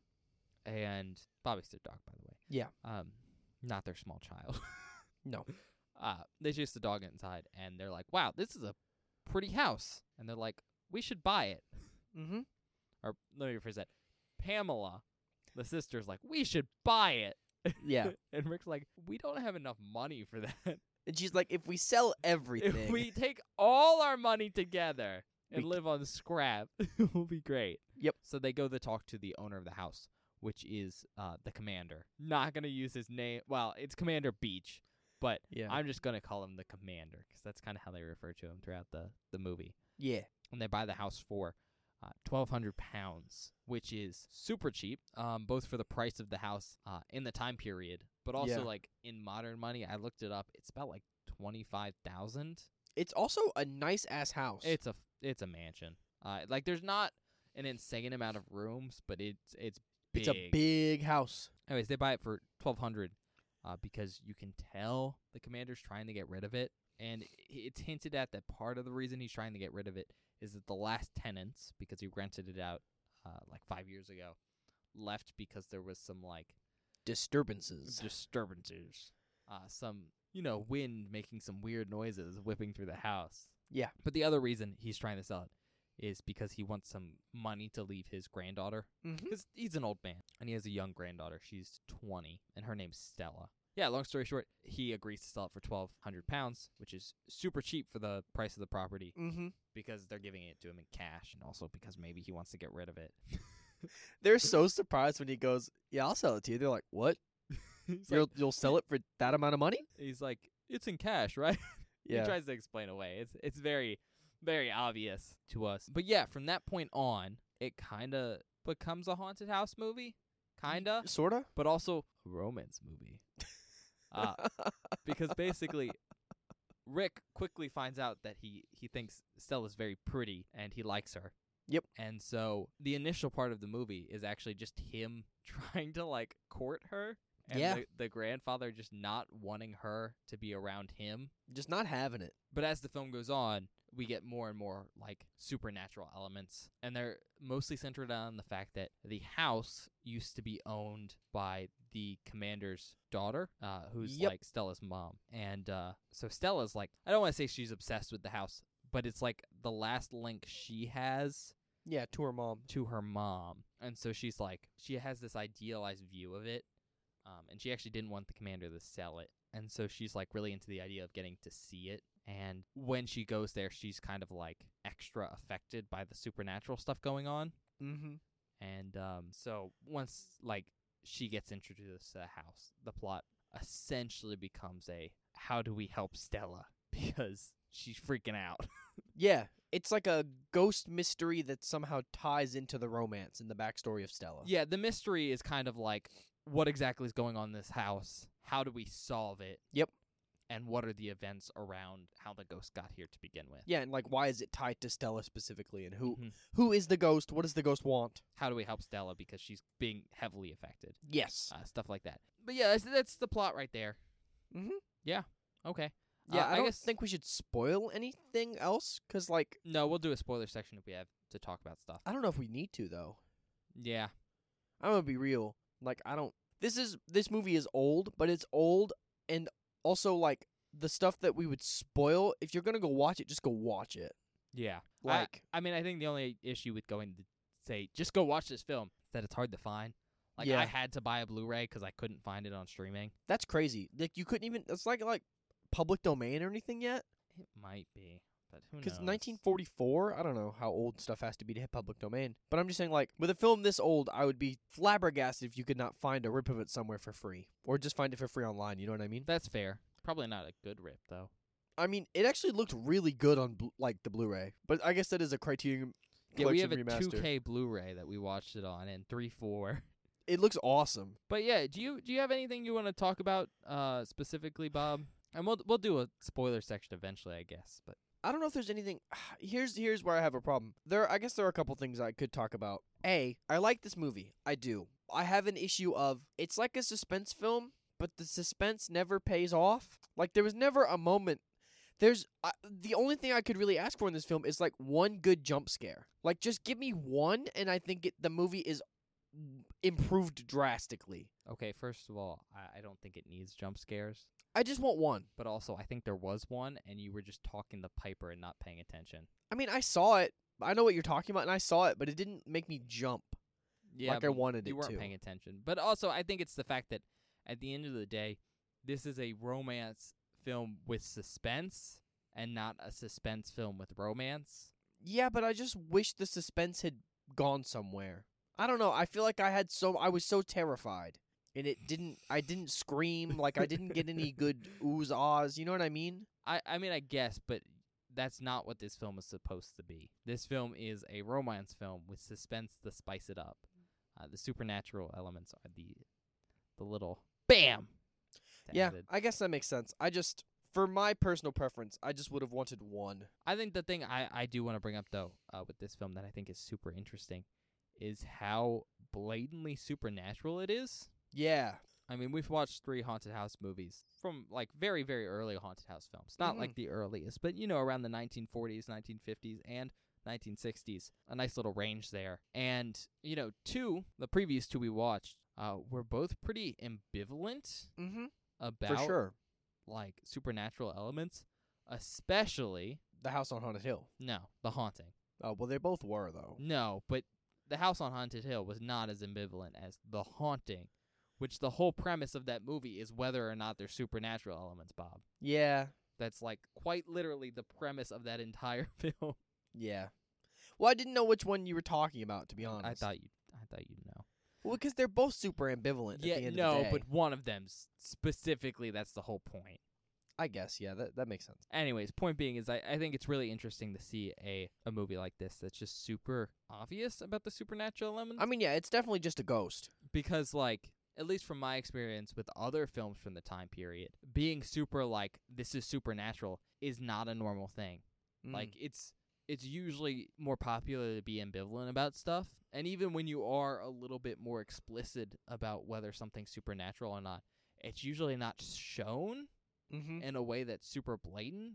And Bobby's their dog, by the way. Yeah. Um, not their small child. No. Uh, they chase the dog inside and they're like, "Wow, this is a pretty house. And they're like, we should buy it. Mm-hmm. Or let me rephrase that. Pamela, the sister's like, we should buy it. Yeah. and Rick's like, we don't have enough money for that. And she's like, if we sell everything, if we take all our money together We and c- live on scrap, it will be great. Yep. So they go to talk to the owner of the house, which is uh, the commander. Not gonna use his name. Well, it's Commander Beach, but yeah, I'm just gonna call him the commander 'cause that's kind of how they refer to him throughout the the movie. yeah, And they buy the house for. Uh, twelve hundred pounds, which is super cheap, um, both for the price of the house uh, in the time period, but also Yeah. like in modern money. I looked it up; it's about like twenty five thousand. it's also a nice ass house. It's a f- it's a mansion. Uh, like there's not an insane amount of rooms, but it's it's big. it's a big house. Anyways, they buy it for twelve hundred, uh, because you can tell the commander's trying to get rid of it, and i- it's hinted at that part of the reason he's trying to get rid of it is that the last tenants, because he rented it out, uh, like five years ago, left because there was some like Disturbances. disturbances. Uh, some, you know, wind making some weird noises whipping through the house. Yeah. But the other reason he's trying to sell it is because he wants some money to leave his granddaughter. Mhm. Because he's an old man and he has a young granddaughter. She's 20 and her name's Stella. Yeah, long story short, he agrees to sell it for 1,200 pounds, which is super cheap for the price of the property Mm-hmm. because they're giving it to him in cash and also because maybe he wants to get rid of it. They're so surprised when he goes, "Yeah, I'll sell it to you." They're like, "What? he's, You'll like, you'll sell it for that amount of money?" he's like, it's in cash, right? He Yeah. tries to explain away. It's it's very very obvious to us. But yeah, from that point on, it kind of becomes a haunted house movie, kind of, Sorta. but also a romance movie. uh, because basically Rick quickly finds out that he he thinks Stella's very pretty and he likes her. Yep. And so the initial part of the movie is actually just him trying to like court her and Yeah. the, the grandfather just not wanting her to be around him. Just not having it. But as the film goes on, we get more and more like supernatural elements, and they're mostly centered on the fact that the house used to be owned by the commander's daughter, uh, who's Yep. like Stella's mom, and uh, so Stella's like I don't want to say she's obsessed with the house, but it's like the last link she has Yeah, to her mom. to her mom, and so she's like she has this idealized view of it, um, and she actually didn't want the commander to sell it, and so she's like really into the idea of getting to see it. And when she goes there, she's kind of like extra affected by the supernatural stuff going on, Mm-hmm. and um, so once like she gets introduced to the house, the plot essentially becomes a how do we help Stella because she's freaking out. Yeah, it's like a ghost mystery that somehow ties into the romance and the backstory of Stella. Yeah, the mystery is kind of like what exactly is going on in this house? How do we solve it? Yep. And what are the events around how the ghost got here to begin with? Yeah, and like, why is it tied to Stella specifically? And who Mhm. who is the ghost? What does the ghost want? How do we help Stella because she's being heavily affected? Yes. Uh, stuff like that. But yeah, that's, that's the plot right there. Mhm. Yeah. Okay. yeah, Uh, I, I don't guess- think we should spoil anything else because, like, No, we'll do a spoiler section if we have to talk about stuff. I don't know if we need to though. Yeah. I'm gonna be real. Like, I don't. This is this movie is old, but it's old and also like the stuff that we would spoil. If you're gonna go watch it, just go watch it. Yeah. Like, I mean, I think the only issue with going to say just go watch this film is that it's hard to find. Like Yeah. I had to buy a Blu-ray because I couldn't find it on streaming. That's crazy. Like you couldn't even. It's like like public domain or anything yet. It might be, but who Because knows? 1944, I don't know how old stuff has to be to hit public domain. But I'm just saying, like with a film this old, I would be flabbergasted if you could not find a rip of it somewhere for free, or just find it for free online. You know what I mean? That's fair. Probably not a good rip though. I mean, it actually looked really good on bl- like the Blu-ray, but I guess that is a Criterion Yeah, we have a Collection remaster. 2K Blu-ray that we watched it on and 3/4. It looks awesome. But yeah, do you do you have anything you want to talk about uh specifically, Bob? And we'll we'll do a spoiler section eventually, I guess. But I don't know if there's anything. Here's here's where I have a problem. There, I guess there are a couple things I could talk about. A, I like this movie. I do. I have an issue of it's like a suspense film, but the suspense never pays off. Like there was never a moment. There's I the only thing I could really ask for in this film is like one good jump scare. Like just give me one, and I think it, the movie is improved drastically. okay, first of all, I, I don't think it needs jump scares. I just want one. But also, I think there was one, and you were just talking to Piper and not paying attention. I mean, I saw it. I know what you're talking about, and I saw it, but it didn't make me jump Yeah, like I wanted you it weren't to. paying attention. But also, I think it's the fact that at the end of the day, this is a romance film with suspense, and not a suspense film with romance. Yeah, but I just wish the suspense had gone somewhere. I don't know. I feel like I had so I was so terrified, and it didn't. I didn't scream. Like I didn't get any good oohs ahs. You know what I mean? I, I mean, I guess, but that's not what this film is supposed to be. This film is a romance film with suspense to spice it up. Uh, the supernatural elements are the the little bam. to yeah, add it. I guess that makes sense. I just, for my personal preference, I just would have wanted one. I think the thing I, I do want to bring up though uh, with this film that I think is super interesting is how blatantly supernatural it is. Yeah, I mean, we've watched three haunted house movies from like very, very early haunted house films. Not Mhm. like the earliest, but you know, around the 1940s, 1950s, and 1960s. A nice little range there. And, you know, two, the previous two we watched, uh, were both pretty ambivalent mm-hmm. about for sure. like supernatural elements, especially, The House on Haunted Hill. no, the haunting. Oh well, they both were though. No, but the house on Haunted Hill was not as ambivalent as the haunting, which the whole premise of that movie is whether or not there's supernatural elements, Bob. Yeah, That's like quite literally the premise of that entire film. yeah. Well, I didn't know which one you were talking about, to be honest. I thought you, I thought you'd know. well, because they're both super ambivalent. at the end no, of the day. but one of them s- specifically. That's the whole point. I guess yeah, that that makes sense. Anyways, point being is I, I think it's really interesting to see a, a movie like this that's just super obvious about the supernatural elements. I mean, yeah, it's definitely just a ghost. because like at least from my experience with other films from the time period being super like this is supernatural is not a normal thing Mm. like it's it's usually more popular to be ambivalent about stuff and even when you are a little bit more explicit about whether something's supernatural or not it's usually not shown mm-hmm. in a way that's super blatant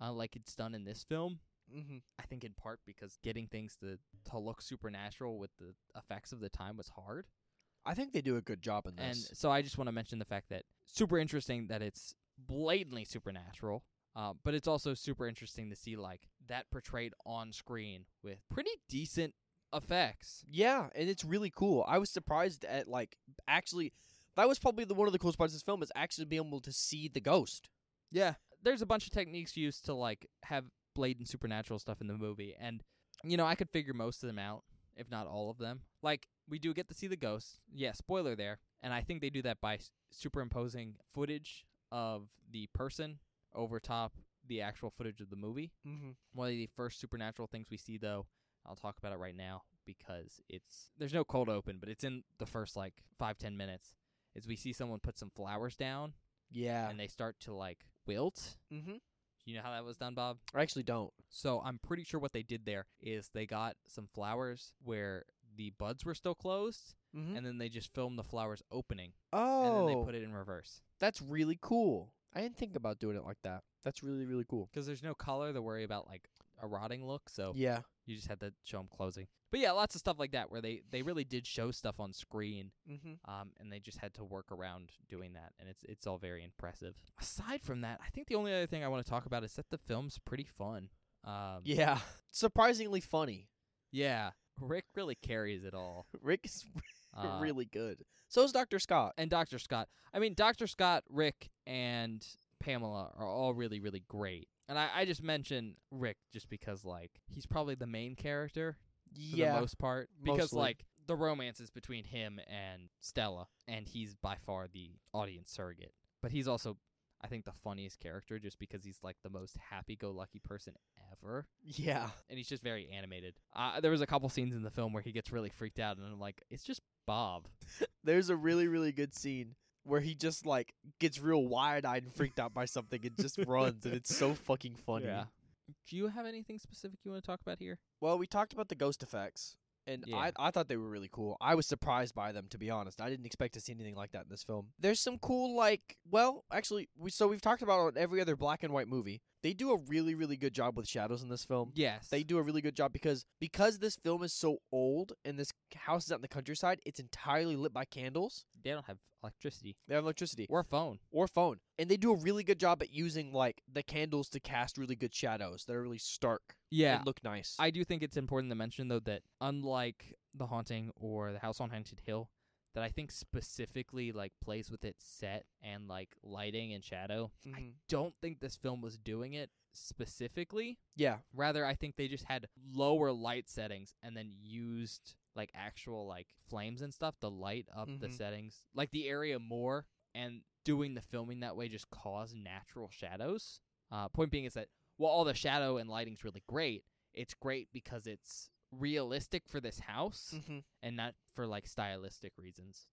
uh, like it's done in this film Mm-hmm. i think in part because getting things to, to look supernatural with the effects of the time was hard I think they do a good job in and this. so I just want to mention the fact that super interesting that it's blatantly supernatural, uh, but it's also super interesting to see like that portrayed on screen with pretty decent effects. yeah, and it's really cool. I was surprised at like actually that was probably the one of the coolest parts of this film is actually being able to see the ghost. Yeah, there's a bunch of techniques used to like have blatant supernatural stuff in the movie, and you know I could figure most of them out, if not all of them. Like we do get to see the ghosts. Yeah, spoiler there, and I think they do that by s- superimposing footage of the person over top the actual footage of the movie. Mm-hmm. One of the first supernatural things we see, though, I'll talk about it right now because it's there's no cold open, but it's in the first like five ten minutes. Is we see someone put some flowers down Yeah. and they start to like wilt. Mm-hmm. You know how that was done, Bob? I actually don't. So I'm pretty sure what they did there is they got some flowers where the buds were still closed, Mm-hmm. and then they just filmed the flowers opening, and oh, then they put it in reverse. that's really cool. I didn't think about doing it like that. That's really really cool. 'Cause there's no color, they worry about like a rotting look. So Yeah. You just had to show 'em closing. But yeah, lots of stuff like that where they, they really did show stuff on screen, Mm-hmm. um, and they just had to work around doing that, and it's it's all very impressive. Aside from that, I think the only other thing I want to talk about is that the film's pretty fun. Um, Yeah. Surprisingly funny. yeah, Rick really carries it all. Rick is Uh, really good. So is Doctor Scott. and Doctor Scott. I mean, Doctor Scott, Rick, and Pamela are all really really great. And I, I just mention Rick just because like he's probably the main character. for the Yeah. most part because mostly. like the romance is between him and Stella and he's by far the audience surrogate but he's also I think the funniest character just because he's like the most happy-go-lucky person ever Yeah. and he's just very animated uh, there was a couple scenes in the film where he gets really freaked out and I'm like it's just Bob there's a really really good scene where he just like gets real wide eyed and freaked out by something and just runs and it's so fucking funny. Yeah. do you have anything specific you want to talk about here Well, we talked about the ghost effects and Yeah. I I thought they were really cool. I was surprised by them to be honest. I didn't expect to see anything like that in this film. There's some cool like well, actually we so we've talked about it on every other black and white movie. They do a really really good job with shadows in this film. yes They do a really good job because because this film is so old and this house is out in the countryside, it's entirely lit by candles. they don't have electricity They have electricity or a phone. or phone, and they do a really good job at using like the candles to cast really good shadows that are really stark Yeah, and look nice. I do think it's important to mention though that unlike The Haunting or The House on Haunted Hill, that I think specifically like plays with its set and like lighting and shadow. I Mhm. don't think this film was doing it specifically. yeah, Rather, I think they just had lower light settings and then used like actual like flames and stuff to light up the Mhm. settings, like the area more, and doing the filming that way just caused natural shadows. Uh, point being is that while all the shadow and lighting's really great, it's great because it's realistic for this house mm-hmm. and not for like stylistic reasons.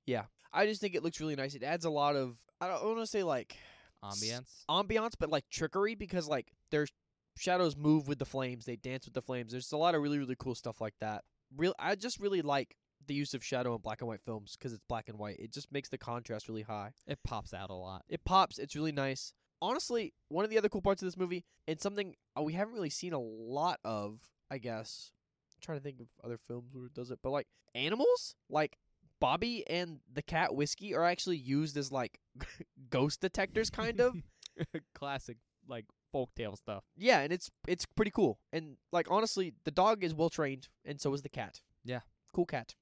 I just think it looks really nice. It adds a lot of I don't want to say like Ambience. ambiance, but like trickery because like their shadows move with the flames, they dance with the flames. There's a lot of really really cool stuff like that. Real, I just really like the use of shadow in black and white films because it's black and white. It just makes the contrast really high. It pops out a lot. It pops. It's really nice. Honestly, one of the other cool parts of this movie and something uh, we haven't really seen a lot of, I guess. I'm trying to think of other films where it does it, but like animals, like Bobby and the cat Whiskey are actually used as like ghost detectors, kind of. Classic like folktale stuff. yeah, and it's it's pretty cool. And like honestly, the dog is well trained, and so is the cat. Yeah. cool cat,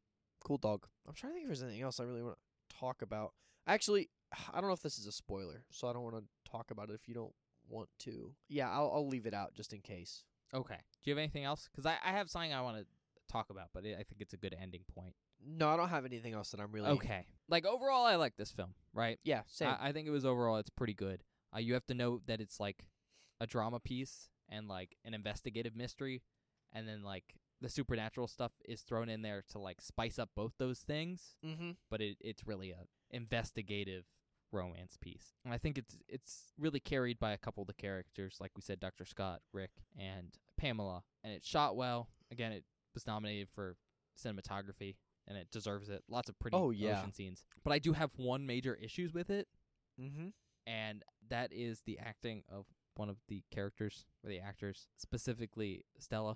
cool dog. I'm trying to think if there's anything else I really want to talk about. Actually, I don't know if this is a spoiler, so I don't want to talk about it if you don't want to. Yeah, I'll I'll leave it out just in case. Okay. Do you have anything else? 'Cause I, I have something I want to talk about, but it, I think it's a good ending point. No, I don't have anything else that I'm really Okay. Like overall, I like this film, right? Yeah, same. I, I think it was overall it's pretty good. Uh, you have to know that it's like a drama piece and like an investigative mystery, and then like the supernatural stuff is thrown in there to like spice up both those things. mm-hmm. But it, it's really a investigative romance piece, and I think it's it's really carried by a couple of the characters, like we said, Dr. Scott, Rick, and Pamela, and it's shot well. Again, it was nominated for cinematography. And it deserves it. Lots of pretty Oh, yeah. ocean scenes. But I do have one major issues with it Mm-hmm. and that is the acting of one of the characters or the actors, specifically Stella.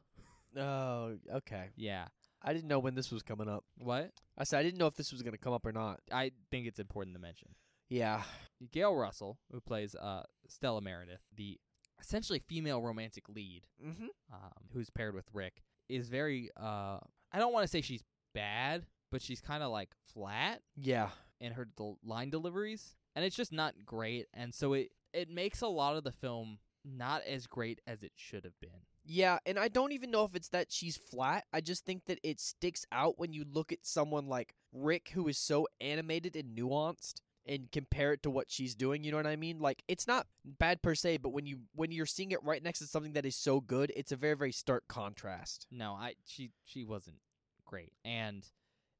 Oh, okay. Yeah. I didn't know when this was coming up. What? I said I didn't know if this was gonna come up or not. I think it's important to mention. Yeah. Gail Russell, who plays uh Stella Meredith, the essentially female romantic lead, Mm-hmm. um, who's paired with Rick, is very uh I don't want to say she's bad, but she's kind of like flat Yeah. in her del- line deliveries, and it's just not great. And so it it makes a lot of the film not as great as it should have been. Yeah, and I don't even know if it's that she's flat. I just think that it sticks out when you look at someone like Rick, who is so animated and nuanced, and compare it to what she's doing. You know what I mean? Like it's not bad per se, but when you when you're seeing it right next to something that is so good, it's a very very stark contrast. No, I she she wasn't great, and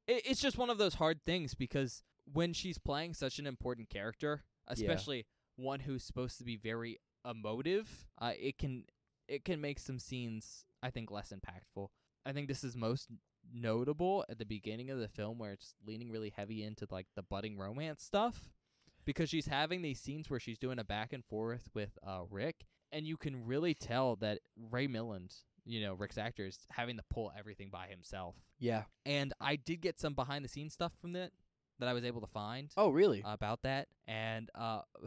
it, it's just one of those hard things because when she's playing such an important character, especially one who's supposed to be very emotive, uh, it can it can make some scenes I think less impactful. I think this is most notable at the beginning of the film where it's leaning really heavy into like the budding romance stuff because she's having these scenes where she's doing a back and forth with uh, Rick, and you can really tell that Ray Milland, you know, Rick's actor, is having to pull everything by himself. Yeah. And I did get some behind the scenes stuff from that that I was able to find Oh, really? about that, and uh,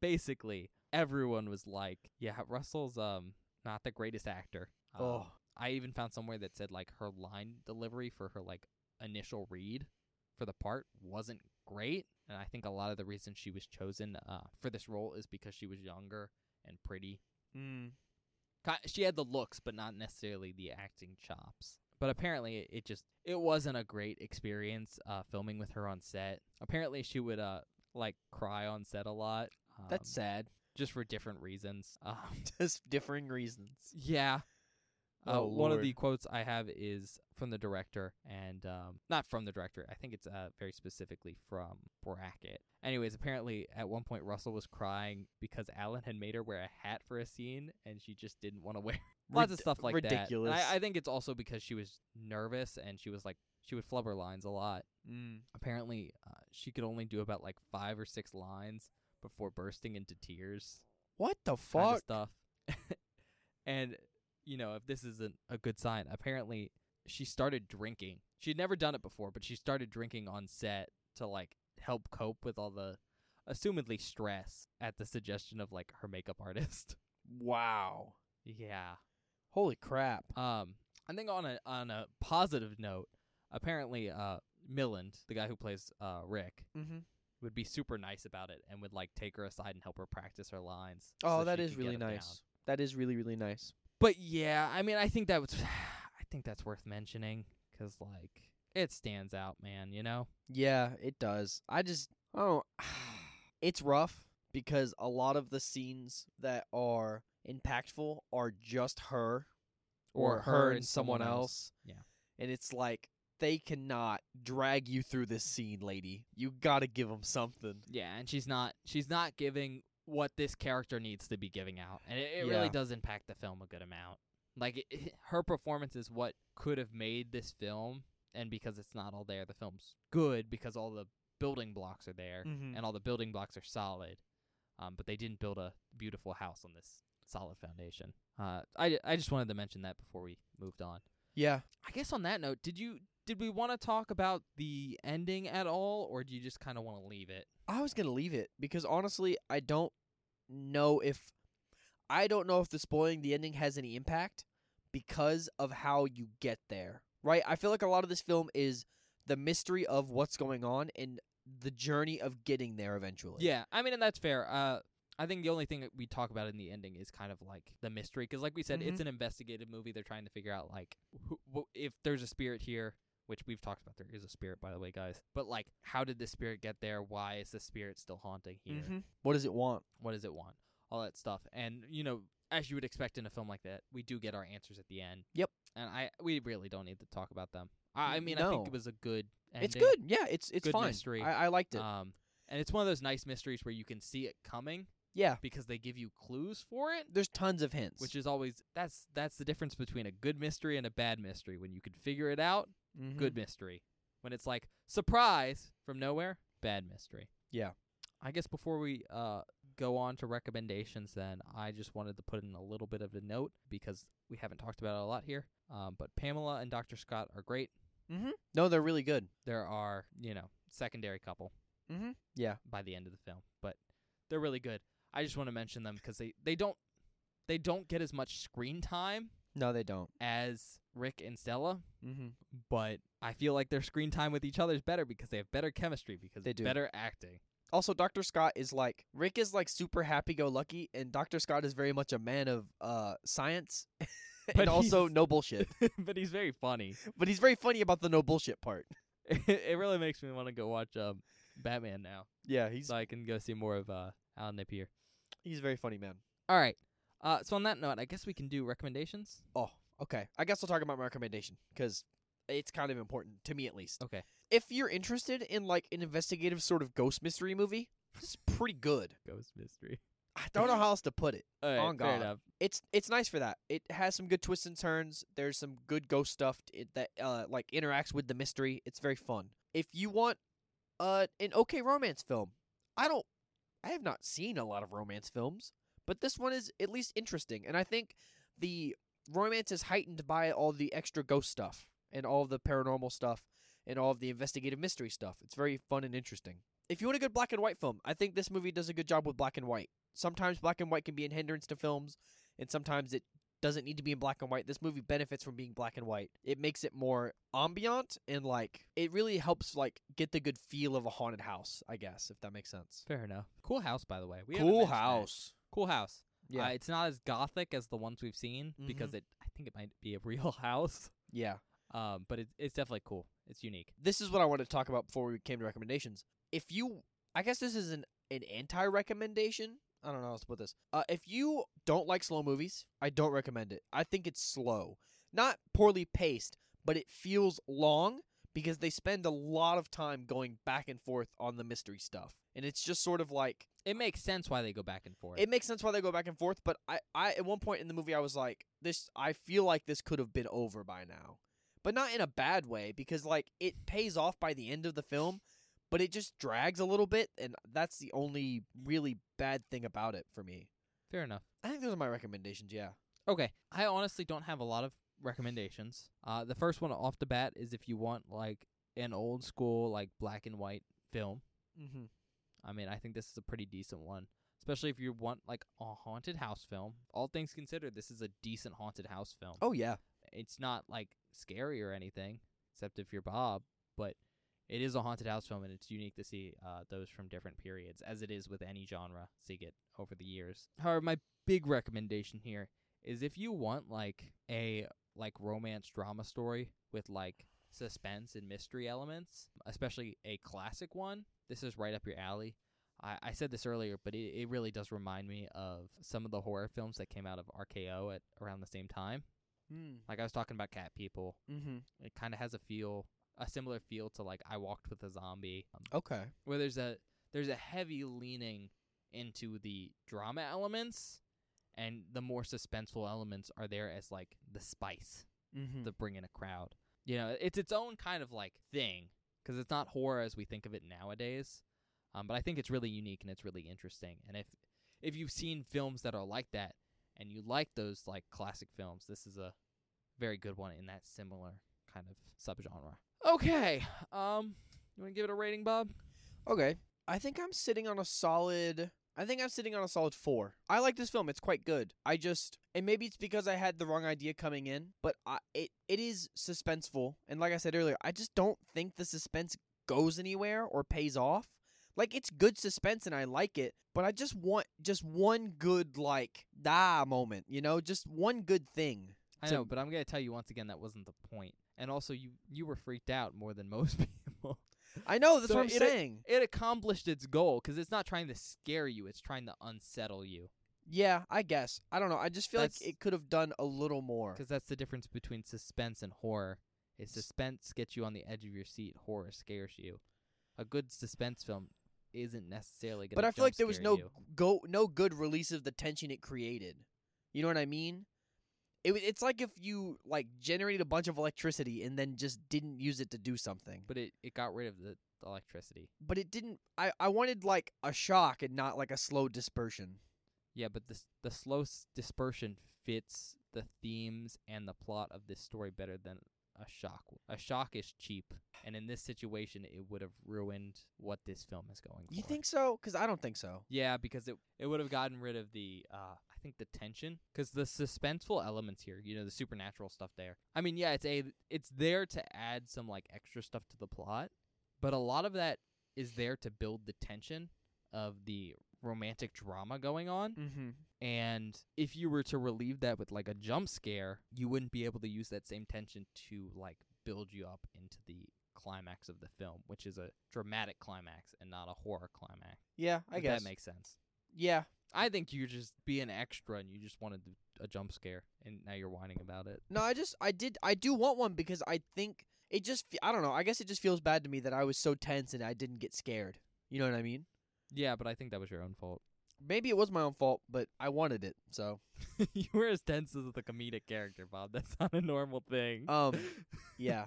basically everyone was like, "Yeah, Russell's um not the greatest actor." Um, oh, I even found somewhere that said like her line delivery for her like initial read for the part wasn't great, and I think a lot of the reason she was chosen uh, for this role is because she was younger and pretty. mm. Ki- She had the looks, but not necessarily the acting chops. But apparently, it- it just it wasn't a great experience uh, filming with her on set. Apparently, she would uh like cry on set a lot. Um, that's sad. just for different reasons. Um, Just differing reasons. yeah. Uh, Oh, one of Lord. the quotes I have is from the director, and um, not from the director. I think it's uh, very specifically from Brackett. Anyways, apparently at one point Russell was crying because Alan had made her wear a hat for a scene, and she just didn't want to wear. Lots of Rid- stuff like ridiculous. that. And I, I think it's also because she was nervous and she was like she would flub her lines a lot. Mm. Apparently, uh, she could only do about like five or six lines before bursting into tears What the kind fuck? of stuff. and you know, if this isn't a good sign, apparently she started drinking. She'd never done it before, but she started drinking on set to like help cope with all the assumedly stress at the suggestion of like her makeup artist. Wow. yeah. Holy crap. Um, I think on a on a positive note, apparently, uh, Milland, the guy who plays uh Rick, Mm-hmm. would be super nice about it and would like take her aside and help her practice her lines. Oh, so that she is could get really 'em down. nice. That is really really nice. But yeah, I mean, I think that was, I think that's worth mentioning 'cause like it stands out, man. You know. Yeah, it does. I just oh, it's rough because a lot of the scenes that are impactful are just her or, her, and someone else. Yeah. and it's like they cannot drag you through this scene, lady. You gotta give them something. Yeah, and she's not she's not giving what this character needs to be giving out, and it, it really Yeah. does impact the film a good amount. Like it, her performance is what could have made this film, and because it's not all there, the film's good because all the building blocks are there Mm-hmm. and all the building blocks are solid. Um, but they didn't build a beautiful house on this solid foundation. Uh, I I just wanted to mention that before we moved on. Yeah. I guess on that note, did you did we want to talk about the ending at all, or do you just kind of want to leave it? I was gonna leave it because honestly, I don't know if I don't know if the spoiling the ending has any impact because of how you get there. Right? I feel like a lot of this film is the mystery of what's going on and the journey of getting there eventually. Yeah, I mean, and that's fair. Uh, I think the only thing that we talk about in the ending is kind of like the mystery, because, like we said, it's Mhm. an investigative movie. They're trying to figure out like who, wh- if there's a spirit here, which we've talked about. There is a spirit, by the way, guys. But like, how did the spirit get there? Why is the spirit still haunting here? What does it want? What does it want? All that stuff, and you know, as you would expect in a film like that, we do get our answers at the end. Yep. And I we really don't need to talk about them. I, I N- mean, I think no. it was a good. Ending. It's good. Yeah, it's it's Good fine. mystery. I, I liked it. Um, and it's one of those nice mysteries where you can see it coming yeah. because they give you clues for it, There's tons of hints. which is always that's that's the difference between a good mystery and a bad mystery. When you can figure it out, Mhm. good mystery. When it's like surprise from nowhere, bad mystery. Yeah. I guess before we uh go on to recommendations then, I just wanted to put in a little bit of a note because we haven't talked about it a lot here. Um, but Pamela and Dr. Scott are great. No, they're really good. There are, you know, secondary couple. Mm-hmm. Yeah. by the end of the film, but they're really good. I just want to mention them 'cause they they don't they don't get as much screen time No, they don't. as Rick and Stella, Mm-hmm. but I feel like their screen time with each other is better because they have better chemistry because They do. better acting. also Dr. Scott is like Rick is like super happy go lucky and Dr. Scott is very much a man of uh science But and also he's- no bullshit. but he's very funny. but he's very funny about the no bullshit part. It, really makes me want to go watch um Batman now Yeah, he's so I can go see more of uh Alan Napier. he's a very funny man. All right. Uh, so on that note, I guess we can do recommendations. Oh, okay. I guess I'll talk about my recommendation cuz it's kind of important to me at least. Okay. If you're interested in like an investigative sort of ghost mystery movie, this is pretty good. Ghost mystery. I don't know how else to put it. All right, On fair God. enough. it's it's nice for that. It has some good twists and turns. There's some good ghost stuff t- it, that uh, like interacts with the mystery. It's very fun. If you want uh, an okay romance film, I don't. I have not seen a lot of romance films, but this one is at least interesting, and I think the romance is heightened by all the extra ghost stuff and all the paranormal stuff and all of the investigative mystery stuff. It's very fun and interesting. If you want a good black and white film, I think this movie does a good job with black and white. Sometimes black and white can be a hindrance to films and sometimes it doesn't need to be in black and white. This movie benefits from being black and white. It makes it more ambient and like it really helps like get the good feel of a haunted house, I guess, if that makes sense. Fair enough. Cool house, by the way. We haven't cool mentioned that. house. Cool house. Yeah. Mm-hmm. Uh, it's not as gothic as the ones we've seen because it I think it might be a real house. yeah. Um, but it, it's definitely cool. It's unique. This is what I wanted to talk about before we came to recommendations. If you I guess this is an an anti recommendation. I don't know how else to put this. Uh, if you don't like slow movies, I don't recommend it. I think it's slow. Not poorly paced, but it feels long because they spend a lot of time going back and forth on the mystery stuff. And it's just sort of like It makes sense why they go back and forth. it makes sense why they go back and forth, but I, I at one point in the movie I was like, this I feel like this could have been over by now. But not in a bad way, because like it pays off by the end of the film, but it just drags a little bit, and that's the only really bad thing about it for me. Fair enough. I think those are my recommendations, yeah. Okay. I honestly don't have a lot of recommendations. Uh, the first one off the bat is if you want like an old school like black and white film, Mm-hmm. I mean, I think this is a pretty decent one, especially if you want like a haunted house film. All things considered, this is a decent haunted house film. Oh yeah. It's not like scary or anything, except if you're Bob, but it is a haunted house film and it's unique to see uh, those from different periods, as it is with any genre see it over the years. However, my big recommendation here is if you want like a like romance drama story with like suspense and mystery elements, especially a classic one, this is right up your alley. I, I said this earlier, but it, it really does remind me of some of the horror films that came out of RKO at around the same time. Mm. Like I was talking about Cat People. Mm-hmm. It kind of has a feel, a similar feel to like I Walked with a Zombie, um, Okay. where there's a there's a heavy leaning into the drama elements, and the more suspenseful elements are there as like the spice Mm-hmm. to bring in a crowd. You know, it's its own kind of like thing because it's not horror as we think of it nowadays. Um, but I think it's really unique and it's really interesting. And if if you've seen films that are like that and you like those like classic films, this is a very good one in that similar kind of subgenre. Okay, um, you want to give it a rating, Bob? Okay. I think I'm sitting on a solid. I think I'm sitting on a solid four. I like this film. It's quite good. I just, and maybe it's because I had the wrong idea coming in, but I, it it is suspenseful. And like I said earlier, I just don't think the suspense goes anywhere or pays off. Like it's good suspense and I like it, but I just want just one good like da moment, you know, just one good thing. I So- know, but I'm gonna tell you once again that wasn't the point. And also, you you were freaked out more than most people. I know that's So what I'm it- saying. it accomplished its goal because it's not trying to scare you; it's trying to unsettle you. yeah, I guess. I don't know. I just feel like That's- it could have done a little more. Because that's the difference between suspense and horror. Is suspense gets you on the edge of your seat. Horror scares you. A good suspense film isn't necessarily. Gonna But I feel like jump there was scare no you. go no good release of the tension it created. You know what I mean? It, wa- it's like if you like generated a bunch of electricity and then just didn't use it to do something. But, But it, it got rid of the, the electricity. but it didn't. I I wanted like a shock and not like a slow dispersion. Yeah, but the s- the slow s- dispersion fits the themes and the plot of this story better than a shock. w- A shock is cheap, and in this situation, it would have ruined what this film is going for. You think so? Because I don't think so. Yeah, because it it would have gotten rid of the uh I think the tension cuz the suspenseful elements here, you know, the supernatural stuff there. I mean, yeah, it's a it's there to add some like extra stuff to the plot, but a lot of that is there to build the tension of the romantic drama going on. Mm-hmm. And if you were to relieve that with like a jump scare, you wouldn't be able to use that same tension to like build you up into the climax of the film, which is a dramatic climax and not a horror climax. Yeah, I if guess. that makes sense. yeah, I think you're just being extra and you just wanted a jump scare and now you're whining about it. No, I just I did I do want one because I think it just fe- I don't know. I guess it just feels bad to me that I was so tense and I didn't get scared. You know what I mean? Yeah, but I think that was your own fault. Maybe it was my own fault, but I wanted it. So you were as tense as the comedic character, Bob. That's not a normal thing. Um, yeah.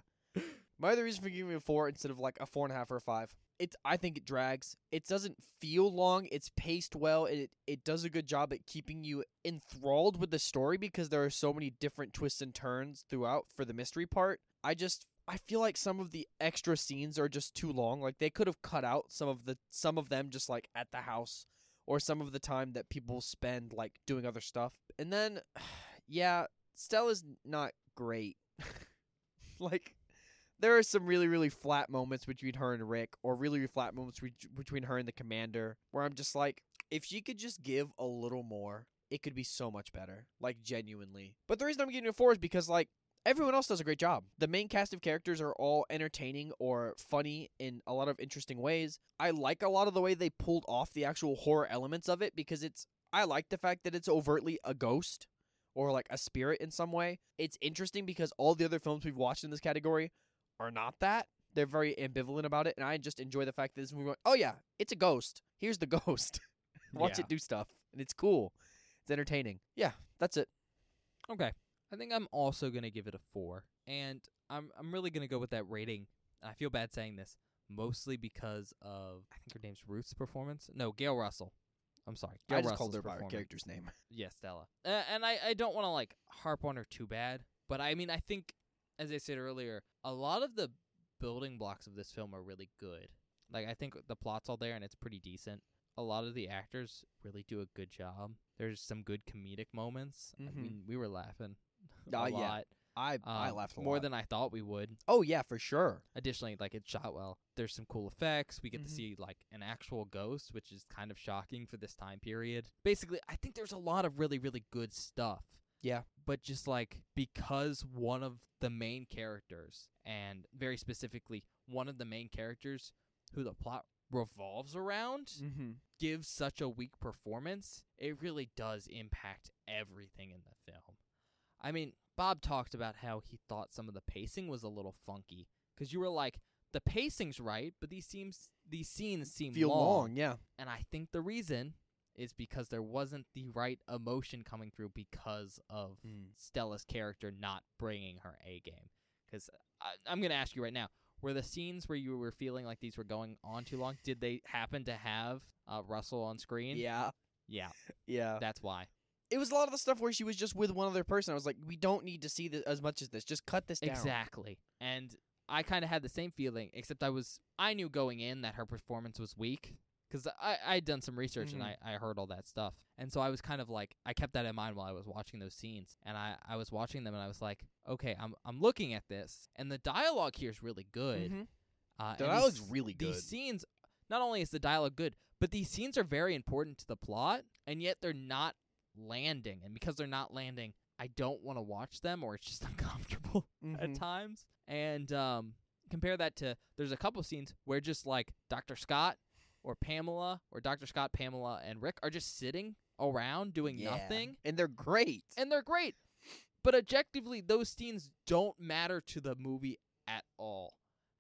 My other reason for giving it a four instead of like a four and a half or a five. It's I think it drags. It doesn't feel long. It's paced well. and It it does a good job at keeping you enthralled with the story because there are so many different twists and turns throughout for the mystery part. I just I feel like some of the extra scenes are just too long. Like they could have cut out some of the some of them just like at the house or some of the time that people spend like doing other stuff. And then yeah, Stella's not great. like there are some really really flat moments between her and Rick or really, really flat moments re- between her and the commander where I'm just like if she could just give a little more it could be so much better like genuinely but the reason I'm giving it a 4 is because like everyone else does a great job the main cast of characters are all entertaining or funny in a lot of interesting ways I like a lot of the way they pulled off the actual horror elements of it because it's I like the fact that it's overtly a ghost or like a spirit in some way. It's interesting because all the other films we've watched in this category are not that. They're very ambivalent about it, and I just enjoy the fact that this movie. went, Oh yeah, it's a ghost. Here's the ghost. Watch Yeah. it do stuff, and it's cool. It's entertaining. Yeah, that's it. Okay. I think I'm also gonna give it a four. And I'm I'm really gonna go with that rating. And I feel bad saying this, mostly because of I think her name's Ruth's performance. No, Gail Russell. I'm sorry. Gail I just Russell's called her by her performance. character's name. Yeah, Stella. Uh, and I, I don't want to like harp on her too bad, but I mean, I think, as I said earlier, a lot of the building blocks of this film are really good. Like I think the plot's all there and it's pretty decent. A lot of the actors really do a good job. There's some good comedic moments. I Mhm. mean, we were laughing a Ah, lot. yeah. I I um, laughed a more lot. than I thought we would. Oh yeah, for sure. Additionally, like it's shot well. There's some cool effects. We get Mhm. to see like an actual ghost, which is kind of shocking for this time period. Basically, I think there's a lot of really really good stuff. Yeah. But just like because one of the main characters and very specifically one of the main characters who the plot revolves around Mm-hmm. gives such a weak performance, it really does impact everything in the film. I mean, Bob talked about how he thought some of the pacing was a little funky because you were like, the pacing's right, but these seems these scenes seem Feel long. long, yeah. and I think the reason is because there wasn't the right emotion coming through because of Mm. Stella's character not bringing her A game. Because I'm going to ask you right now were the scenes where you were feeling like these were going on too long, did they happen to have uh, Russell on screen? Yeah. Uh, Yeah, Yeah. that's why. It was a lot of the stuff where she was just with one other person. I was like, we don't need to see this as much as this. Just cut this down. Exactly. And I kind of had the same feeling, except I was, I knew going in that her performance was weak. Because I I had done some research and I, Mhm. I heard all that stuff. And so I was kind of like, I kept that in mind while I was watching those scenes. And I, I was watching them and I was like, okay, I'm, I'm looking at this. And the dialogue here is really good. Mhm. Uh, The and dialogue's these- really good. These scenes, not only is the dialogue good, but these scenes are very important to the plot, and yet they're not landing. And because they're not landing, I don't want to watch them, or it's just uncomfortable Mhm. at times. And um, compare that to there's a couple scenes where just like Dr. Scott or Pamela or Dr. Scott, Pamela, and Rick are just sitting around doing Yeah. nothing, And they're great. and they're great. But objectively, those scenes don't matter to the movie at all.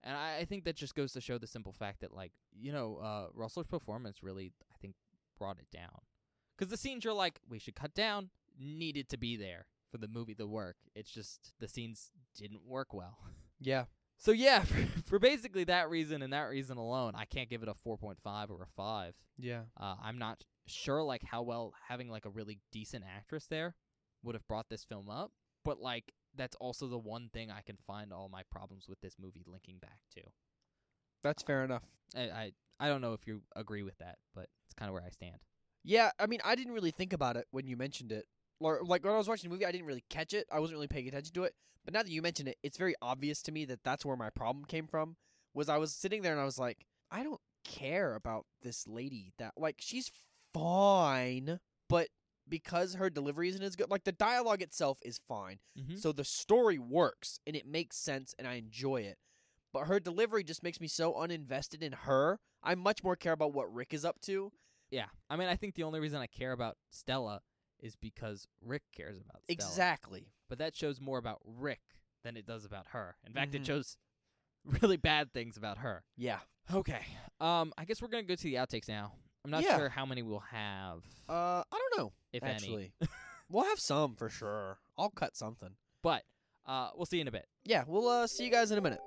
And I, I think that just goes to show the simple fact that, like, you know, uh, Russell's performance really, I think, brought it down. Because the scenes you're like, we should cut down, needed to be there for the movie to work. It's just the scenes didn't work well. yeah. So, yeah, for, for basically that reason and that reason alone, I can't give it a 4.5 or a 5. Yeah. Uh, I'm not sure like how well having like a really decent actress there would have brought this film up, but like that's also the one thing I can find all my problems with this movie linking back to. That's fair enough. I I, I don't know if you agree with that, but it's kind of where I stand. Yeah, I mean, I didn't really think about it when you mentioned it. Or, like when I was watching the movie, I didn't really catch it. I wasn't really paying attention to it. But now that you mention it, it's very obvious to me that that's where my problem came from. Was I was sitting there and I was like, I don't care about this lady. That like she's fine, but because her delivery isn't as good, like the dialogue itself is fine. Mm-hmm. So the story works and it makes sense and I enjoy it. But her delivery just makes me so uninvested in her. I much more care about what Rick is up to. Yeah, I mean I think the only reason I care about Stella is because Rick cares about Stella. Exactly. But that shows more about Rick than it does about her. In fact, Mhm. it shows really bad things about her. Yeah. Okay. Um, I guess we're gonna go to the outtakes now. I'm not Yeah. sure how many we'll have, Uh, I don't know. if any. actually, we'll have some for sure. I'll cut something. But uh, we'll see in a bit. Yeah, we'll uh, see you guys in a minute.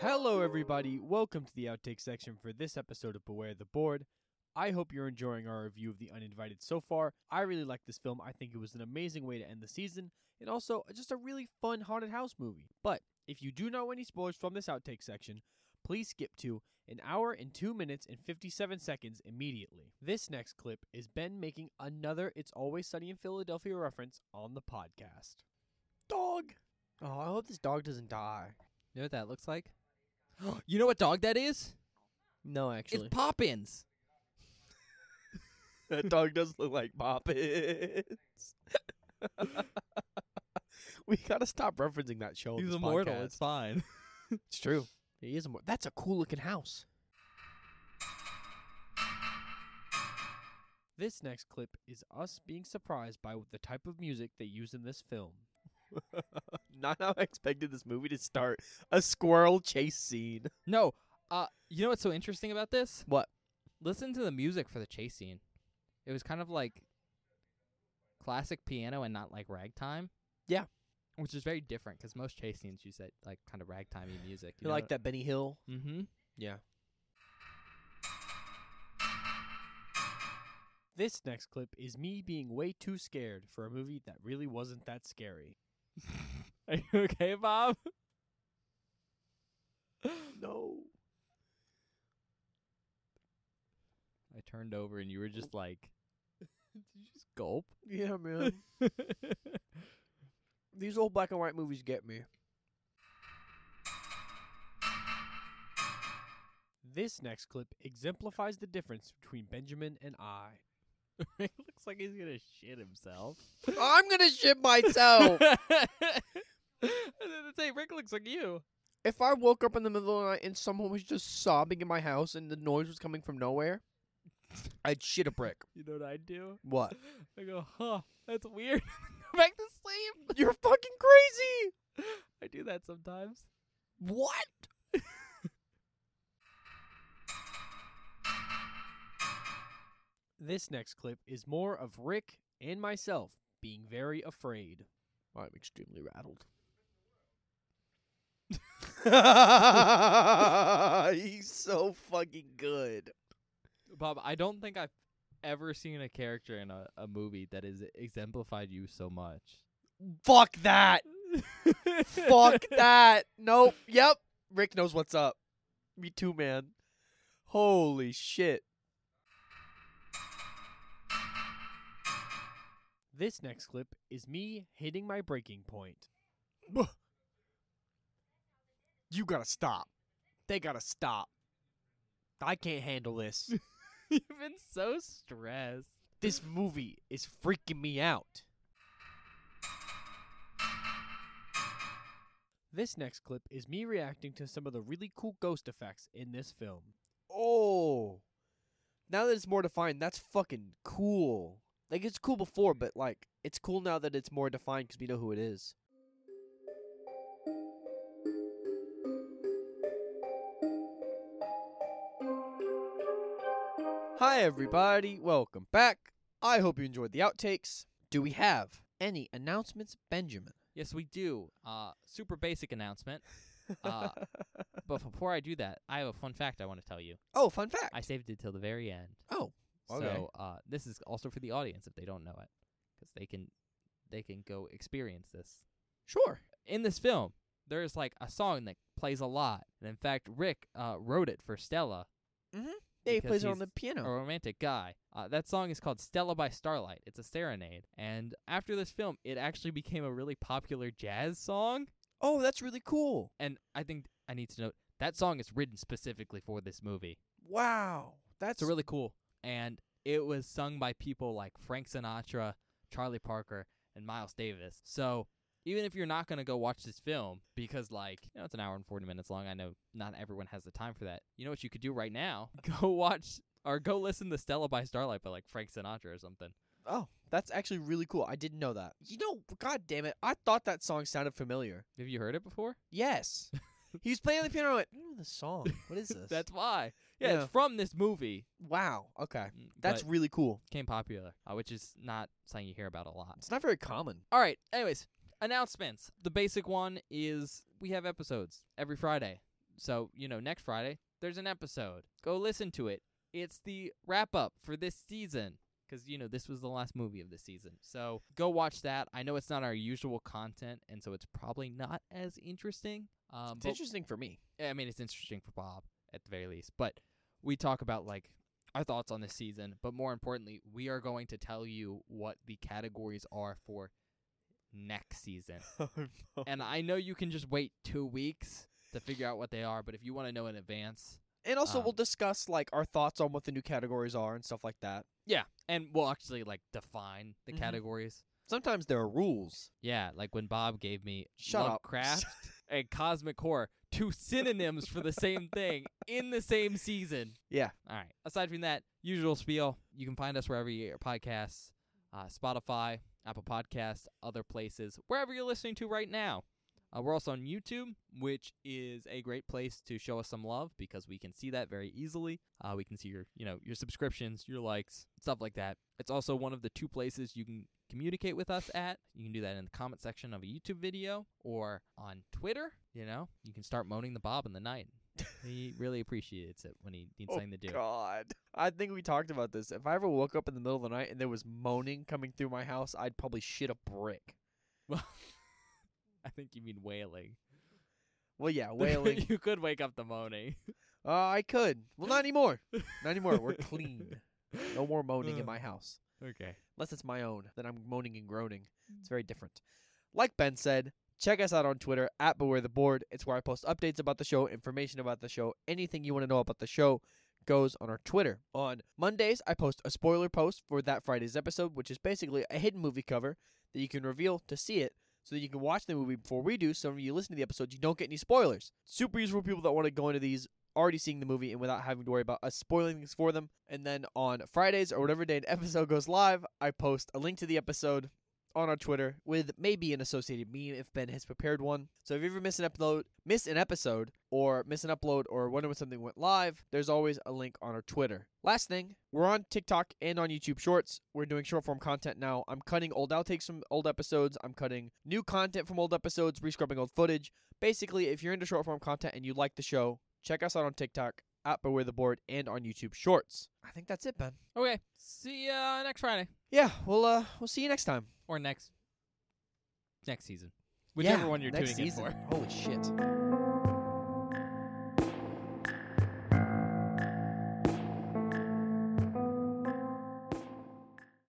Hello, everybody. Welcome to the outtake section for this episode of Beware the Board. I hope you're enjoying our review of The Uninvited so far. I really like this film. I think it was an amazing way to end the season, and also just a really fun haunted house movie. But if you do know any spoilers from this outtake section, please skip to an hour and 2 minutes and 57 seconds immediately. This next clip is Ben making another It's Always Sunny in Philadelphia reference on the podcast. Dog. Oh, I hope this dog doesn't die. You know what that looks like? you know what dog that is? No, It's Poppins. that dog does look like Poppins. we gotta stop referencing that show. on this podcast. fine. It's true. He is immortal. That's a cool looking house. This next clip is us being surprised by the type of music they use in this film. Not how I expected this movie to start. A squirrel chase scene. No. Uh, you know what's so interesting about this? What? Listen to the music for the chase scene. It was kind of like classic piano and not like ragtime. Yeah. Which is very different because most chase scenes use that like kind of ragtimey music. You like that Benny Hill? Mm-hmm. Yeah. This next clip is me being way too scared for a movie that really wasn't that scary. Are you okay, Bob? No. I turned over and you were just like, Did you just gulp? Yeah, man. These old black and white movies get me. This next clip exemplifies the difference between Benjamin and I. it looks like he's gonna shit himself. I'm gonna shit myself. I was gonna say, Rick looks like you. if I woke up in the middle of the night and someone was just sobbing in my house and the noise was coming from nowhere, I'd shit a brick. You know what I do? What? I go, huh, that's weird. go back to sleep. You're fucking crazy. I do that sometimes. What? This next clip is more of Rick and myself being very afraid. I'm extremely rattled. He's so fucking good. Bob, I don't think I've ever seen a character in a, a movie that has exemplified you so much. Fuck that. Fuck that. Nope. Yep. Rick knows what's up. Me too, man. Holy shit. This next clip is me hitting my breaking point. You gotta stop. They gotta stop. I can't handle this. You've been so stressed. this movie is freaking me out. This next clip is me reacting to some of the really cool ghost effects in this film. Oh. Now that it's more defined, that's fucking cool. Like, it's cool before, but, like, it's cool now that it's more defined because we know who it is. Hi, everybody. Welcome back. I hope you enjoyed the outtakes. Do we have any announcements, Benjamin? Yes, we do. Uh, super basic announcement. Uh, but before I do that, I have a fun fact I want to tell you. oh, fun fact. I saved it till the very end. oh, okay. So uh, this is also for the audience if they don't know it, because they can they can go experience this. sure. In this film, there's like a song that plays a lot, and in fact, Rick uh, wrote it for Stella, Yeah, he Because plays it on he's the piano. a romantic guy. Uh, that song is called Stella by Starlight. It's a serenade, and after this film, it actually became a really popular jazz song. oh, that's really cool. And I think I need to note that song is written specifically for this movie. Wow. That's It's really cool. And it was sung by people like Frank Sinatra, Charlie Parker, and Miles Davis. So even if you're not going to go watch this film, because, like, you know, it's an hour and 40 minutes long, I know not everyone has the time for that. You know what you could do right now? Go watch or go listen to Stella by Starlight by, like, Frank Sinatra or something. Oh, that's actually really cool. I didn't know that. You know, god damn it, I thought that song sounded familiar. Have you heard it before? Yes. he was playing on the piano. I went, "Ooh, the song. What is this? That's why. Yeah, Yeah. it's from this movie. wow. Okay, that's That's but really cool. became popular, uh, which is not something you hear about a lot. It's not very common. All right. Anyways, announcements. The basic one is we have episodes every Friday. So, you know, next Friday, there's an episode. Go listen to it. It's the wrap up for this season. 'Cause you know, this was the last movie of the season. So go watch that. I know it's not our usual content, and so it's probably not as interesting. Um, It's but interesting for me. I mean, it's interesting for Bob at the very least. But we talk about like our thoughts on this season, but more importantly, we are going to tell you what the categories are for next season. and I know you can just wait two weeks to figure out what they are, but if you want to know in advance, And also, we'll Um, discuss like our thoughts on what the new categories are and stuff like that. yeah, and we'll actually like define the Mhm. categories. Sometimes there are rules. Yeah, like when Bob gave me Shut up. Lovecraft and Cosmic Horror, two synonyms for the same thing in the same season. Yeah. All right. Aside from that, usual spiel. You can find us wherever you get your podcasts, uh, Spotify, Apple Podcasts, other places, wherever you're listening to right now. Uh, we're also on YouTube, which is a great place to show us some love because we can see that very easily. Uh, we can see your, you know, your subscriptions, your likes, stuff like that. It's also one of the two places you can communicate with us at. You can do that in the comment section of a YouTube video or on Twitter. You know, you can start moaning the Bob in the night. He really appreciates it when he needs something to do. Oh, God, I think we talked about this. If I ever woke up in the middle of the night and there was moaning coming through my house, I'd probably shit a brick. Well, I think you mean wailing. Well, yeah, wailing. you could wake up the moaning. uh, I could. Well, not anymore. Not anymore. We're clean. No more moaning in Uh. my house. Okay. unless it's my own, then I'm moaning and groaning. It's very different. Like Ben said, check us out on Twitter at Beware the Board. It's where I post updates about the show, information about the show, anything you want to know about the show goes on our Twitter. On Mondays, I post a spoiler post for that Friday's episode, which is basically a hidden movie cover that you can reveal to see it. So that you can watch the movie before we do. So when you listen to the episode, you don't get any spoilers. Super useful for people that want to go into these already seeing the movie and without having to worry about us spoiling things for them. And then on Fridays or whatever day an episode goes live, I post a link to the episode on our Twitter with maybe an associated meme if Ben has prepared one. So if you ever miss an upload, miss an episode or miss an upload or wonder when something went live, there's always a link on our Twitter. Last thing, we're on TikTok and on YouTube Shorts. We're doing short form content now. I'm cutting old outtakes from old episodes. I'm cutting new content from old episodes, rescrubbing old footage. Basically, if you're into short form content and you like the show, check us out on TikTok at Beware the Board and on YouTube Shorts. I think that's it, Ben. Okay. See you uh, next Friday Yeah, we'll uh we'll see you next time. or next next season, whichever Yeah, one you're next tuning in season. for. Holy shit.